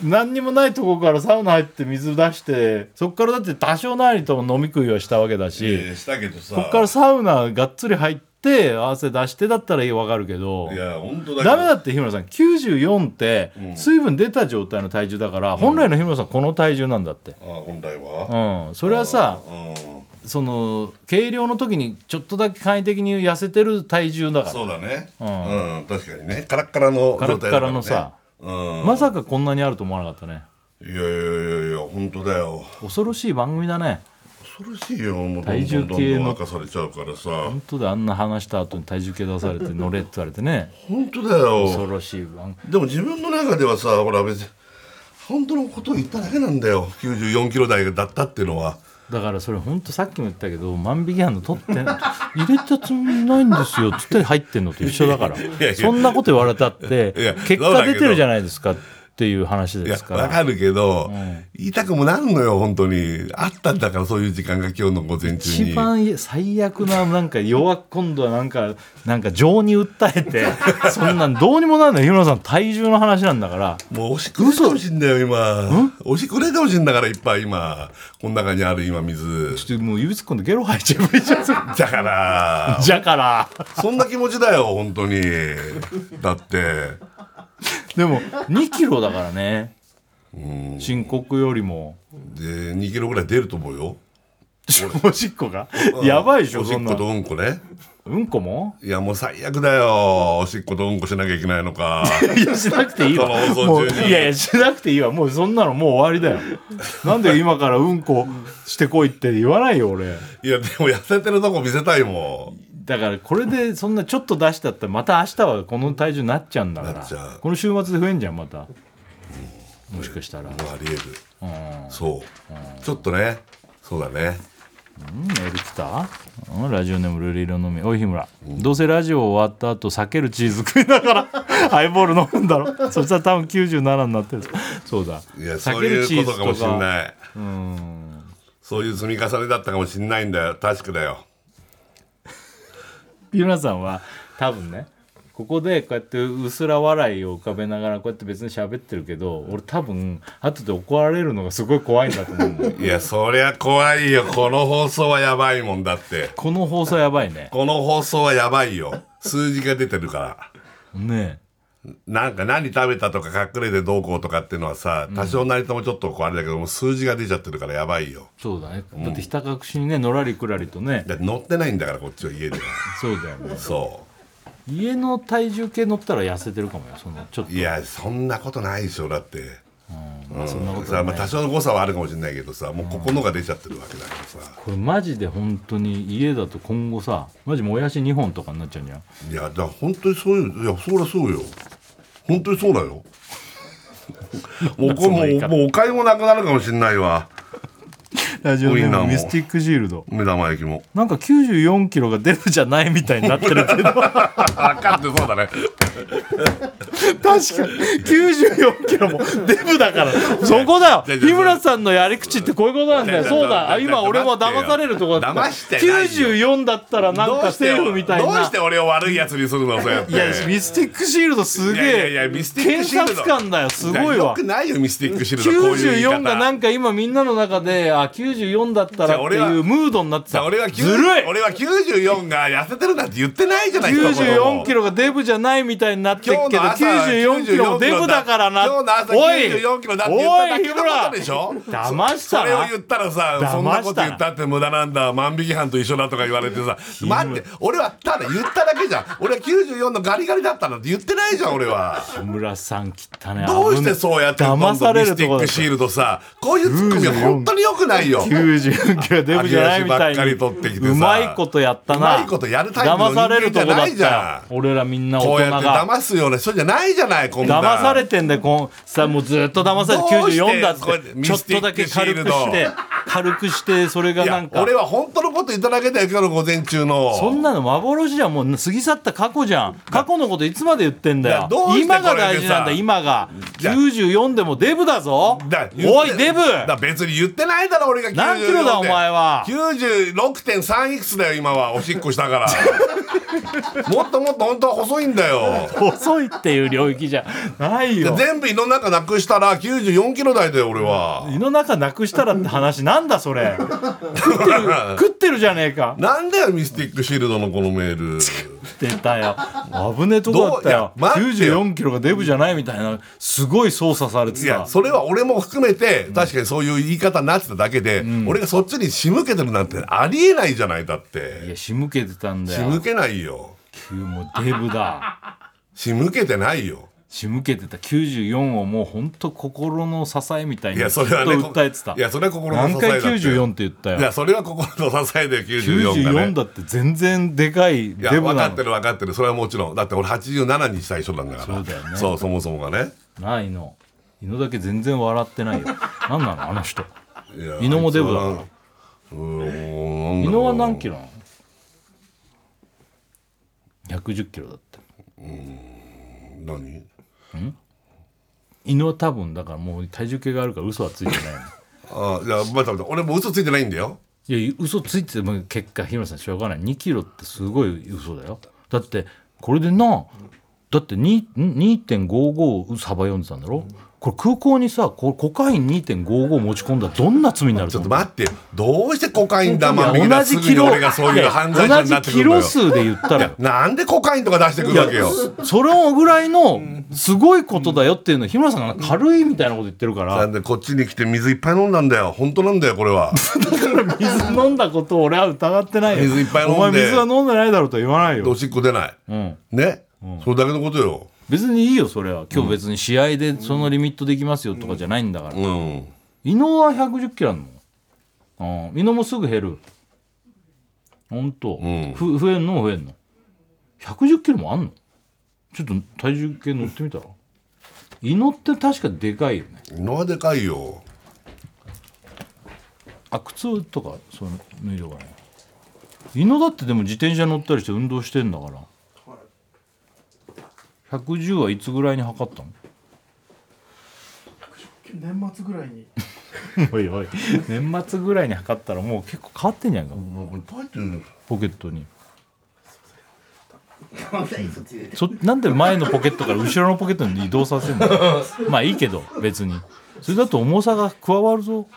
何にもないとこからサウナ入って水出してそっからだって多少なりとも飲み食いはしたわけだし、えーしたけどさこっからサウナがっつり入って汗出してだったらいいわかるけどいや本当だけどダメだって日村さん94って水分出た状態の体重だから、本来の日村さんこの体重なんだって、あ本来うはん、それはさうその計量の時にちょっとだけ簡易的に痩せてる体重だんかそうだねううんん、確かにねカラッカラのらカラ状態だかッカら、ラね、のさ、うんまさかこんなにあると思わなかったねいやいやいやいや本当だよ恐ろしい番組だね恐ろしいよもうどん体ど重んどん計どんの明かされちゃうからさ本当であんな話した後に体重計出されて乗れって言われてね本当だ恐よろしい番でも自分の中ではさほら別に本当のことを言っただけなんだよ94キロ台だったっていうのはだからそれ本当さっきも言ったけど万引き犯の取ってん入れたつもりないんですよつって入ってんのと一緒だからいやそんなこと言われたっていや結果出てるじゃないですかっていう話いでやすかわらかるけど、言いたくもなるのよ本当にあったんだからそういう時間が今日の午前中に一番最悪ななんか弱今度はなんかなんか情に訴 えてそんなんどうにもなんない日村さん体重の話なんだからもうおしっこ出てほしいんだよ今おしっこ出てほしいんだからいっぱい今この中にある今水ちょっともう指突っ込んでゲロ吐いちゃ うだからじゃからそんな気持ちだよ本当にだってでも2キロだからねうん申告よりもで2キロぐらい出ると思うよおしっこがやばいでしょおしそっんこなとうんこねうんこもいやもう最悪だよおしっことうんこしなきゃいけないのかいや、しなくていいわ。この放送もう中にいやいや、しなくていいわ。もうそんなのもう終わりだよ。なんで今からうんこしてこいって言わないよ、俺。いやでも痩せてるとこ見せたいもんだからこれでそんなちょっと出したったらまた明日はこの体重になっちゃうんだかなっちゃらうこの週末で増えんじゃんまたもしかしたらうんありえるメそうちょっとねそうだねール来たうんラジオネームルリ色のみおい日村どうせラジオ終わった後避けるチーズ食いながら ハイボール飲むんだろそしたら多分97になってるそうだいや避そうけるチいーうこズとかもしんかないそういう積み重ねだったかもしんないんだよ確かだよゆなさんは多分ねここでこうやってうすら笑いを浮かべながらこうやって別に喋ってるけど俺多分後で怒られるのがすごい怖いんだと思うん だよいやそりゃ怖いよこの放送はやばいもんだってこの放送やばいねこの放送はやばいよ数字が出てるからねなんか何食べたとか隠れてどうこうとかっていうのはさ多少なりともちょっとこうあれだけども数字が出ちゃってるからやばいよえそうだねだってひた隠しにねのらりくらりとねだって乗ってないんだからこっちは家ではそうだよねそ家の体重計乗ったら痩せてるかもよそのちょっとういやそんなことないでしょだってうんそんなことさはあまあない多少の誤差はあるかもしれないけどさもうここのが出ちゃってるわけだからさこれマジで本当に家だと今後さマジもやし2本とかになっちゃうんじゃんいやだから本当にそういういやそりゃそうよ本当にそうだよもうこれも言いう方もうお買いもなくなるかもしれないわラジオネームミスティックシールド目玉焼きもなんか94キロが出るじゃないみたいになって るけ分どかってそうだ ね確かに94キロもデブだから そこだよ違う違う日村さんのやり口ってこういうことなんだよ違う違うそうだ違う違う今俺も騙されるとこだった騙してないよ94だったらなんかセーフみたいどうなして俺を悪いやつにするのそうやっていやミスティックシールドすげえいやいやいやミスティックシールド検察官だよすごいわよくないよミスティックシールドこういう言い94方がなんか今みんなの中であ94だったらじゃってあ俺いうはムードになってさた俺はずるい俺は94が痩せてるなんて言ってないじゃない一言も94キロがデブじゃないみたいになってっけど今日の朝94キロもデブだからな今日の朝おい94キロだって言っただけのことでしょ騙したそれをな言ったらさ騙したなそんなこと言ったって無駄なんだ万引き犯と一緒だとか言われてさ待って俺はただ言っただけじゃん俺は94のガリガリだったなんて言ってないじゃん俺は小村さん汚ねどうしてそうやってどんどん騙されミるスとティこッだクシールドさこういうツッコミは本当に良くないよ94キロデブじゃないみたい揚げ足ばっかにり取ってきてさうまいことやったなうまいことやるタイプの人間騙されるとこだじゃなっいたじゃ俺らみんなこ大うや人ってが騙すような人じゃないじゃないこんな騙されてんだよこんさもうずっと騙されてどうして94だこれってミちょっスティとッだクけシー軽ルくドして軽くしてそれがいなやんか俺は本当のこと言っただけだよ今日の午前中のそんなの幻じゃんもう過ぎ去った過去じゃん過去のこといつまで言ってんだいやよどうして今こがれでさ大事なんだ今がいや94でもデブだぞだ言っておいデブだ別に言ってないだろ俺が94何キロだお前は96.3いくつだよ今はおしっこしたから もっともっと本当は細いんだよ細いっていう領域じゃないよ全部胃の中なくしたら94キロ台だよ俺は胃の中なくしたらって話なんだそ れ食ってる食ってるじゃねえかなんだよミスティックシールドのこのメール 出たよ危ねえとこだったよどういや待ってよ94キロがデブじゃないみたいなすごい操作されていさやそれは俺も含めて確かにそういう言い方になってただけで、俺がそっちに仕向けてるなんてありえないじゃないだっいてや仕向けてたんだ仕よ向けないよ急もうデブだ仕向けてないよ仕向けてた94をもうほんと心の支えみたいいにやずそっれはとね訴えてたいやそれは心の支何えだ回って94って言ったいやよそれは心の支えで94だね94だって全然でかいいやデブ分かなってのる分かってるそれはもちろんだって俺87にしたい人なんだからそうだよねそうそもそもがねないの胃のだけ全然笑ってないよ何なのあの人いや伊野もデブだあいつはうーん伊野は何ロキロなの110キロだって何伊野は多分だからもう体重計があるから嘘はついてないのあいや待って待って俺もう嘘ついてないんだよ いや嘘ついてても結果日村さんしょうがない2キロってすごい嘘だよだってこれでなだってに2.55サバ読んでたんだろこれ空港にさこコカイン2.55持ち込んだらどんな罪になるちとょっ思とう待ってよどうしてコカインだまいやみだ同すじぐキにロ俺がそういいうや犯罪者になってく同じキるのロよ数で言ったらなんでコカインとか出してくるわけよそれをぐらいのすごいことだよっていうのを日村さんが軽いみたいなこと言ってるかならんでこっちに来て水いっぱい飲んだんだよ本当なんだよこれ は水飲んだことを俺は疑ってないよ水いっぱい飲んでお前水は飲んでないだろうとは言わないおよ、しっこ出ないうん、ね、それだけのことよ別にいいよそれは今日別に試合でそのリミットできますよとかじゃないんだから、うん伊野は110キロあるのうん伊野もすぐ減るほんと、んふ増えんの増えんの110キロもあんのちょっと体重計乗ってみ たら伊野って確かでかいよねのはでかいよあ靴とかその脱いでおかない伊野だってでも自転車乗ったりして運動してんだから110はいつぐらいに測ったの年末ぐらいに おいおい年末ぐらいに測ったらもう結構変わってんじゃんかポケットにそなんで前のポケットから後ろのポケットに移動させるのまあいいけど別にそれだと重さが加わるぞ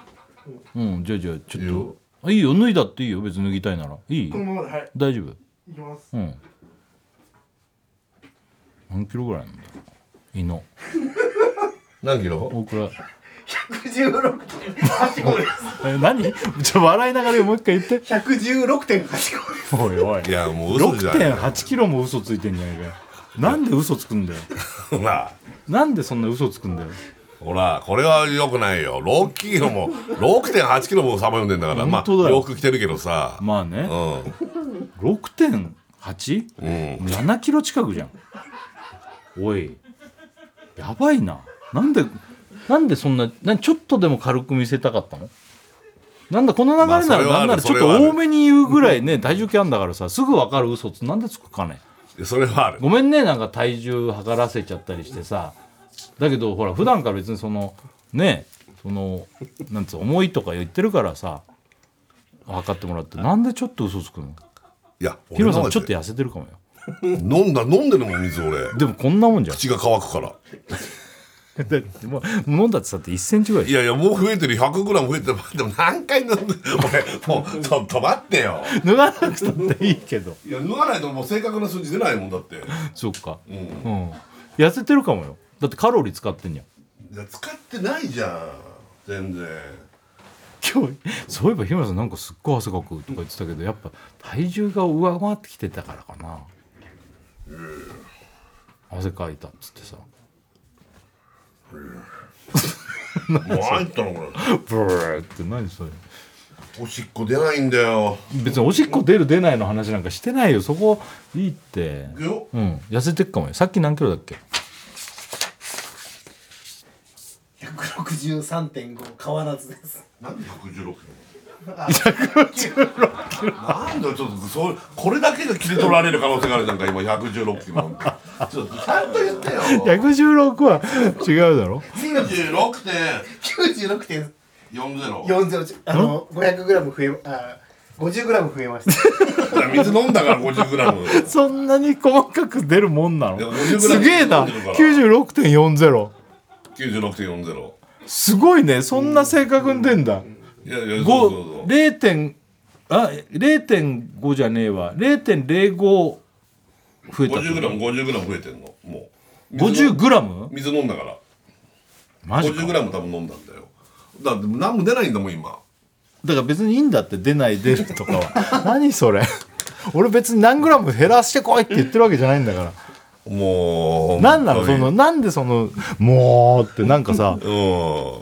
うんじゃあじゃあちょっといいよいいよ脱いだっていいよ別に脱ぎたいならいいこのままではい大丈夫行きますうん何キロぐらいなんだ胃の何キロ大倉116.85ですえ何ちょ笑いながらもう一回言 って116.85ですおいおいいやもう嘘じゃない 6.8キロも嘘ついてんじゃねえかよなんで嘘つくんだよほらなんでそんな嘘つくんだよほらこれは良くないよ6キロも6.8キロもさば読んでんだからま本当だあよ洋服着てるけどさまあねう 6.8?7 んうんキロ近くじゃんおいやばいななんでなんでそんななちょっとでも軽く見せたかったのなんだこの流れまあそなれらはあなるんならちょっそれはあると多めに言うぐらいね体重計あんだからさすぐ分かる嘘つなんでつくかねそれはあるごめんねなんか体重測らせちゃったりしてさだけどほら普段から別にそのねそのなんつう重いとか言ってるからさ測ってもらってなんでちょっと嘘つくのいやヒロさんちょっとや痩せてるかもよ飲んだ飲んでるもん水俺でもこんなもんじゃん血が乾くからだってもう飲んだってさって1センチぐらいいやいやもう増えてる 100g 増えてるでも何回飲んで俺もうちょっと待ってよ脱がなく たっていいけどいや脱がないともう正確な数字出ないもんだってそっかうん、痩せてるかもよだってカロリー使ってんじゃんいや使ってないじゃん全然今日そういえば日村さんなんかすっごい汗かくとか言ってたけどやっぱ体重が上回ってきてたからかな、汗かいたっつってさもう入ったのこれブーって何それおしっこ出ないんだよ別におしっこ出る出ないの話なんかしてないよそこいいっていくようん痩せてっかもよさっき何キロだっけ163.5変わらずですなんで116キロなんだよちょっとそうこれだけが切り取られる可能性があるじゃんか今116キロなんてちょっとちゃんと言ってよ116は違うだろ96.40 96.40あの 500g 増えあ 50g 増えま した水飲んだから50グラムそんなに細かく出るもんないやの50すげえな96.40 96.40すごいねそんな正確に出んだ、いやいやそうそうそ五零点あ零点五じゃねえわ零点零五増えうた50グラム50グラム増えてんのもう五十グラム水飲んだからマジ50グかラム多分飲んだんだよだって何も出ないんだもん今だから別にいいんだって出ない出るとかは 何それ俺別に何グラム減らしてこいって言ってるわけじゃないんだからもう何なの本当そにのなんでその「もう」ってなんかさ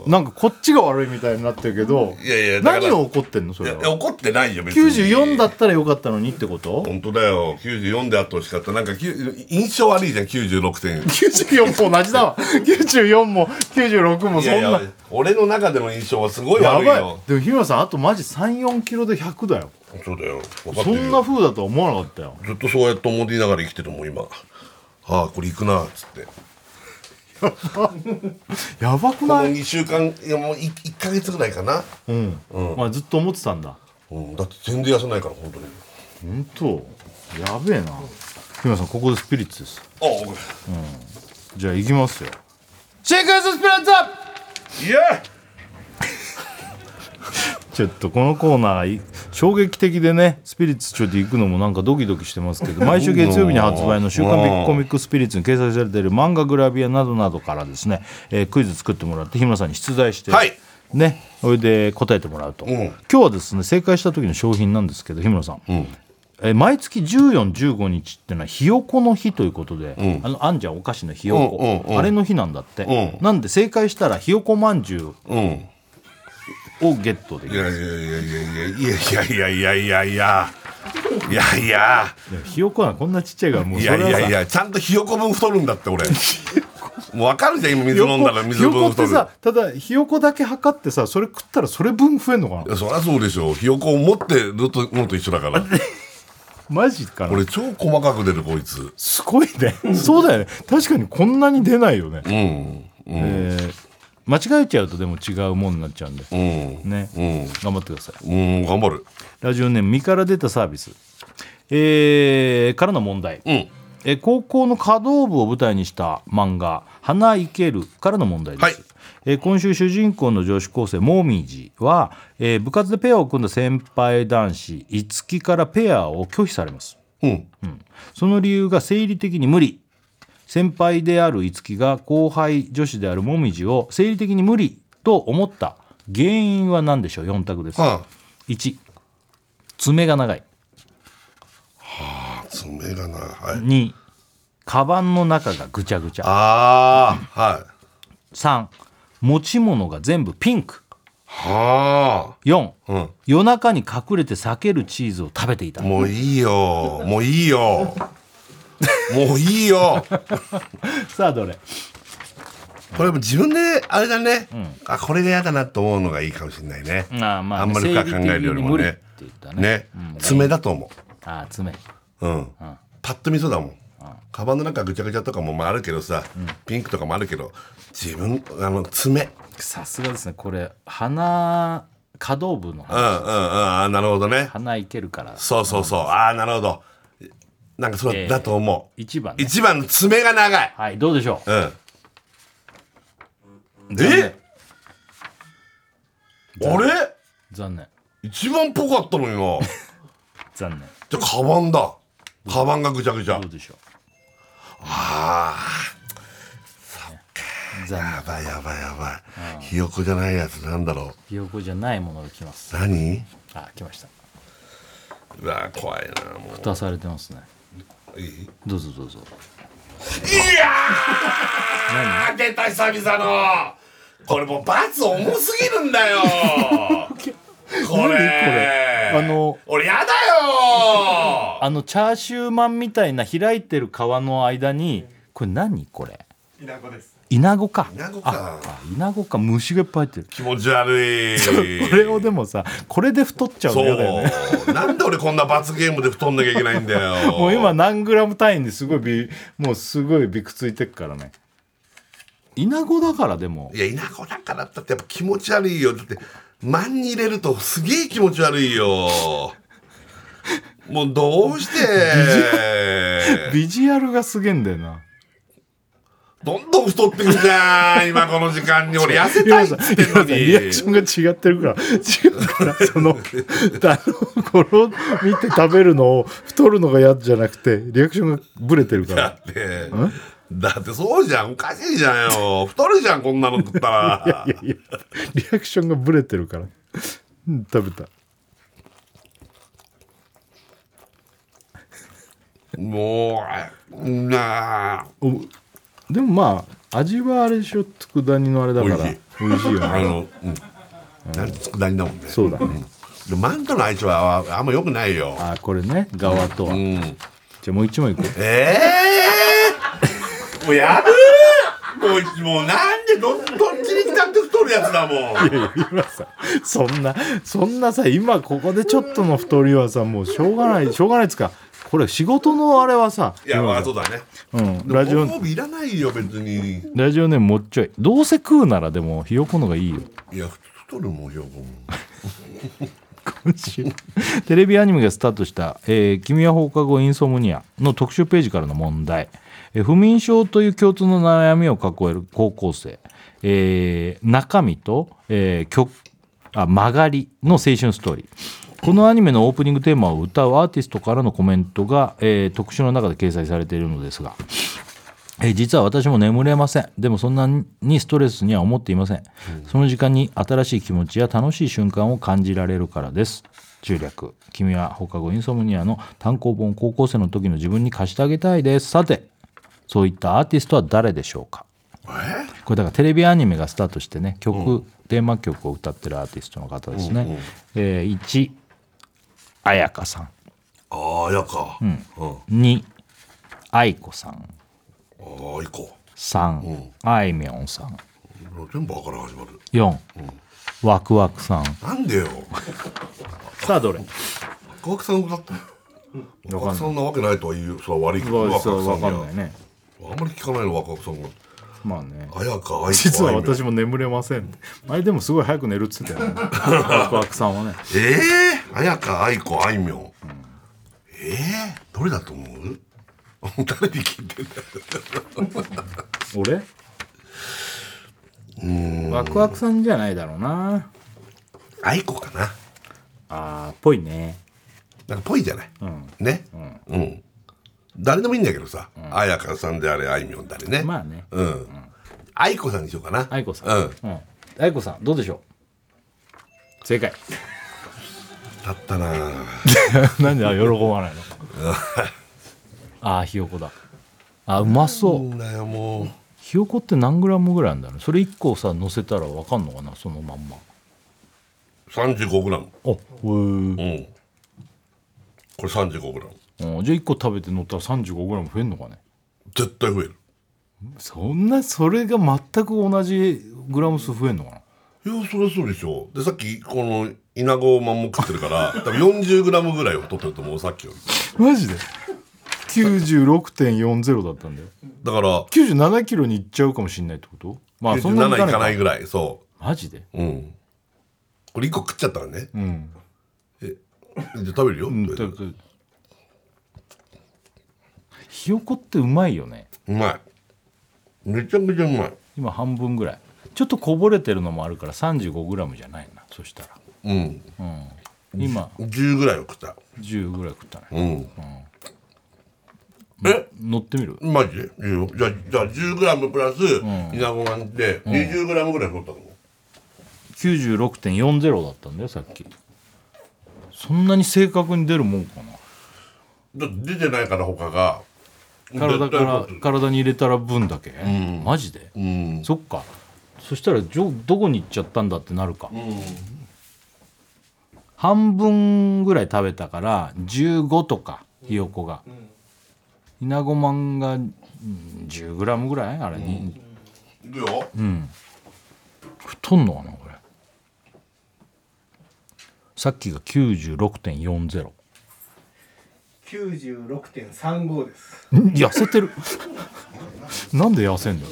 なんかこっちが悪いみたいになってるけどいやいやだから何を怒ってんのそうんいれやいやは怒ってないよ別に94だったらよかったのにってこと本当だよ94であってほしかったなんかきゅ印象悪いじゃん96点94も同じだわ94も96もいそやんいなや俺の中での印象はすごい や悪いばいよでも日村さんあとマジ34キロで100だよそうだよ分かっそてるんなよ風だとは思わなかったよずっとそうやって思いながら生きてるもん今ああこれ行くなっつってやばくこのない、 2週間いやもう 1, 一ヶ月ぐらいかな、うんまあ、ずっと思ってたんだうん、だって全然痩せないから本当に本当やべえな日村さんここでスピリッツですああ僕じゃあ行きますよシークエンススピリッツいやちょっとこのコーナーい衝撃的でねスピリッツちょっと行くのもなんかドキドキしてます けど毎週月曜日に発売の「週刊ビッグコミックスピリッツ」に掲載されている漫画グラビアなどなどからですね、えークイズ作ってもらって日村さんに出題して、はいねそれで答えてもらうと、今日はですね正解した時の商品なんですけど日村さん、えー毎月1415日っていうのはひよこの日ということで、あのあんじゃんお菓子のひよこ、うんうんうんあれの日なんだって、なんで正解したらひよこまんじゅううんいをゲットできるやいやいやいやいやいやいやいやいやいやいやいやでもひよこはこんなちっちゃいからもういそれやはさいやいやちゃんとひよこ分太るんだって俺もう分かるじゃん今水ひよこ飲んだら水分太るひよこってさただひよこだけ測ってさそれ食ったらそれ分増えんのかいなやそりゃそうでしょひよこを持ってるのとのと一緒だからマジかな俺超細かく出るこいつすごいねそうだよね確かにこんなに出ないよね、うんえー間違えちゃうとでも違うもんになっちゃうんでうんね、うん頑張ってくださいうん頑張るラジオネーム身から出たサービスえーからの問題、うんえー高校の華道部を舞台にした漫画「花いける」からの問題です、はいえー今週主人公の女子高生モミジは、えー部活でペアを組んだ先輩男子五木からペアを拒否されますうんその理由が生理的に無理先輩である五木が後輩女子であるモミジを生理的に無理と思った原因は何でしょう4択です、は1爪が長いあ爪がなはい2カバンの中がぐちゃぐちゃああはい3持ち物が全部ピンクは4あう夜中に隠れて避けるチーズを食べていたんもういいよもういいよもういいよさあどれこれも自分であれだね、あこれが嫌だなと思うのがいいかもしれないね、ああまああんまり深く考えるよりもね生理的に無理って言ったねね、爪だと思ああ爪ううん、パッと見そうだもん、カバンの中ぐちゃぐちゃとかもまああるけどさ、ピンクとかもあるけど自分あの爪さすがですねこれ鼻可動部のうんうんうんあーなるほどね鼻いけるからそうそうそうああなるほどなんかそうだ,、えーと思う1番、ね、一番の爪が長いはいどうでしょうんうえあれ残念一番っぽかったの にな残念じゃあカバンだカバンがぐちゃぐちゃどうでしょうああ残念やばいやばいやばいひよこじゃないやつなんだろひよこじゃないものが来ますう何あ来ましたうわ怖いなも蓋されてますねういいどうぞどうぞあ出た久々のこれもう罰重すぎるんだよ これあの俺やだよあのチャーシューマンみたいな開いてる皮の間にこれ何これイナゴですイナゴかイナゴかああイナゴか虫がいっぱい入ってる気持ち悪いこれをでもさこれで太っちゃうのそう嫌だよねなんで俺こんな罰ゲームで太んなきゃいけないんだよもう今何グラム単位ですごいびもうすごいびくついてっからねイナゴだからでもいや稲子だからだってやっぱ気持ち悪いよだって満に入れるとすげえ気持ち悪いよもうどうしてビジュアルがすげえんだよなどんどん太ってくるじゃん今この時間に俺痩せた今いっさつってんの今さリアクショにンが違ってるから違うからそのあのこれを見て食べるのを太るのが嫌じゃなくてリアクションがブレてるからだってだってそうじゃんおかしいじゃんよ太るじゃんこんなの食ったらいやいやリアクションがブレてるからうん食べたもうなあおでもまあ味はあれでしょ佃煮のあれだから美味しい美味しいよあねのうん何つくだりだもんねそう だねでマントの相性はああんま良くないよあこれね側とは、うんじゃあもう一枚いこう ええもうやるもうもうなんでどどっちに来たって太るやつだもんいや今さそんなそんなさ今ここでちょっとの太りはさもうしょうがないしょうがないっつうかこれ仕事のあれはさいや今まさあそうだねうんララジジオオいらないよ別にラジオネームもっちょいどうせ食うならでもひよこのがいいよいや太るもんよも今週テレビアニメがスタートした「えー君は放課後インソムニア」の特集ページからの問題、えー不眠症という共通の悩みを抱える高校生、えー中身と、えー曲あ曲がりの青春ストーリーこのアニメのオープニングテーマを歌うアーティストからのコメントが、えー特集の中で掲載されているのですがえー実は私も眠れませんでもそんなにストレスには思っていません、その時間に新しい気持ちや楽しい瞬間を感じられるからです中略君は放課後インソムニアの単行本高校生の時の自分に貸してあげたいですさてそういったアーティストは誰でしょうかこれだからテレビアニメがスタートしてね曲、テーマ曲を歌ってるアーティストの方ですね、えー1彩香さんああやかうん、あ2愛子さんあ行こ3あいみょんさんう全部あから始まる4、ワクワクさんなんでよさあどれ小学さんだったんない小学さんなわけないとは言うそれは悪いけどわ若そくうさわんかにんはないねあんまり聞かないの若くさんがまあねあやかあい実はも私も眠れませんって あれでもすごい早く寝るっつってた よねワクワクさんはねええあやかあいこあいみょん、ええどれだと思う 誰に聞いてんだ俺ワクワクさんじゃないだろうなあいこかなあーっぽいねなんかぽいじゃない、ねうん、誰でもいいんだけどさ、あやかさんであれあいみょんだれね、まあねうんあいこさんにしようかな愛子さんうんうん愛子さんどうでしょう正 解だったなぁなんで喜ばないの ああひよこだあうまそうなんだよもうひよこって何グラムぐらいなんだろうそれ1個さ乗せたら分かんのかなそのまんま35グラムあへーうんこれ35グラムうんじゃあ1個食べて乗ったら35グラム増えんのかね絶対増えるそんなそれが全く同じグラム数増えんのかないやそりゃそうでしょでさっきこのイナゴをまんも食ってるから多分40グラムぐらいを取ってると思うさっきよりマジで96.40だったんだよだから97キロにいっちゃうかもしんないってことまあそんなにい97かいなかいなかいぐらいそマジでううんこれ1個食っちゃったからねうん、じゃあ食べるよ、うん、とだりあえだひよこってうまいよねずうまいめちゃくちゃうまい今半分ぐらいちょっとこぼれてるのもあるから35グラムじゃないなそしたらうんうん今10ぐらいを食った10ぐらい食ったねうん、え乗ってみるマジでいいよじゃあじゃあ 10g プラス稲子がで 20g ぐらい取ったの、 96.40だったんだよさっきそんなに正確に出るもんかなだって出てないから他が体か絶対ら取ってる体に入れたら分だけ、マジで、うんそっかそしたらじょどこに行っちゃったんだってなるか、半分ぐらい食べたから15とかひよこが、稲子まんがうん10グラムぐらいあれに、いくよ、太んのかなこれさっきが96.40 96.35ですん痩せてる なんで痩せんの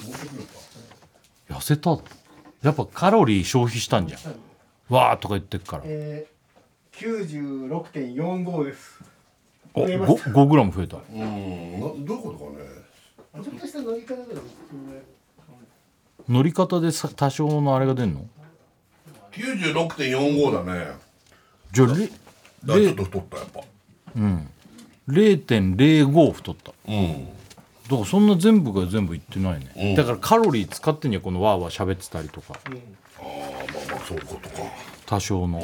痩せたやっぱカロリー消費したんじゃんわーとか言ってっからえー、96.45ですお増えまごした5グラム増えたうんなどういうことかねちょっとした乗り方だよ乗り方でさ多少のあれが出んの96.45だねじゃあれだからちょっと太ったやっぱ0.05太ったうんだからそんな全部が全部いってないね、だからカロリー使ってんやこのわーわー喋ってたりとかまあそういうことか多少の、うん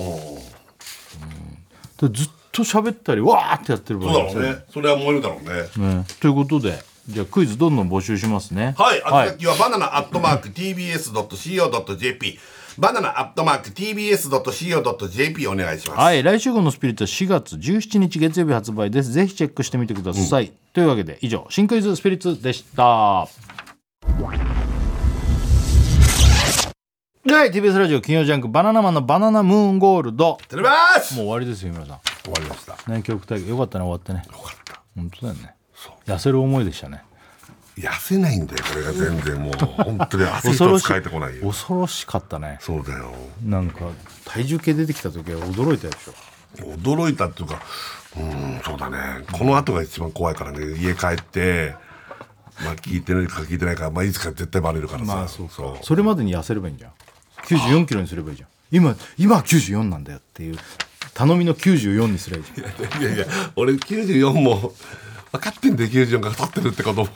でずっと喋ったりわーってやってる場そ合うだろうねそれは燃えるだろうねねということでじゃあクイズどんどん募集しますねはい、はあつい先はバナナアットマーク TBS.CO.JP バナナアットマーク TBS.CO.JP お願いします、はい来週号のスピリッツは4月17日月曜日発売ですぜひチェックしてみてください、というわけで以上新クイズスピリッツでしたはい TBS ラジオ金曜ジャンク「バナナマンのバナナムーンゴールド」てれますもう終わりですよ皆さん終わりましたよ南極大会よかったね終わってねかった本当だよね痩せる思いでしたね痩せないんだよこれが全然 もう本当に汗恐ろ一しつ変えてこないよ恐ろしかったねそうだよなんか体重計出てきた時は驚いたでしょ驚いたっていうかうーんそうだねこの後が一番怖いからね家帰ってまあ聞いてるか聞いてないか、まあ、いつか絶対バレるからさ、まあそうかそうそれまでに痩せればいいんじゃん94キロにすればいいじゃん今今は94なんだよっていう頼みの94にすればいい じゃんいやいや俺94も分かってんだよ94が太ってるってこと も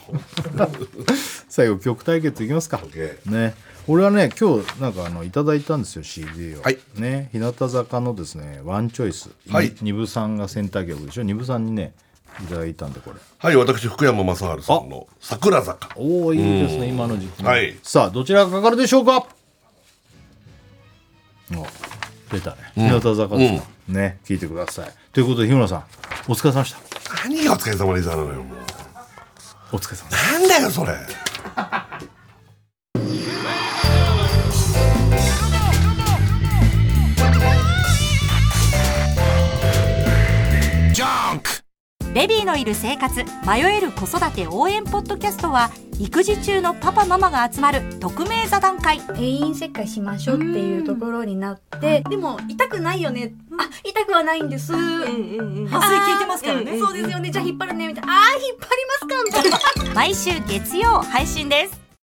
最後曲対決いきますか、 OK ね俺はね今日なんかあのいただいたんですよ CD を、はいね日向坂のですねワンチョイス、はいにぶさんがセンター曲でしょにぶさんにねいただいたんでこれはい私福山雅治さんの「桜坂おおいいですね今の時期、はいさあどちらがかかるでしょうかお出たね日向坂ですか、ね聞いてくださいということで日村さんお疲れ様でした」何がお疲れ様でしたなのよもうお疲れ様でしなんだよそれベビーのいる生活迷える子育て応援ポッドキャストは育児中のパパママが集まる匿名座談会定員切開しましょうっていうところになって、でも痛くないよね、あ痛くはないんです、麻酔効いてますからねそうですよねじゃあ引っ張るねみたいなあー引っ張りますかみたいな毎週月曜配信です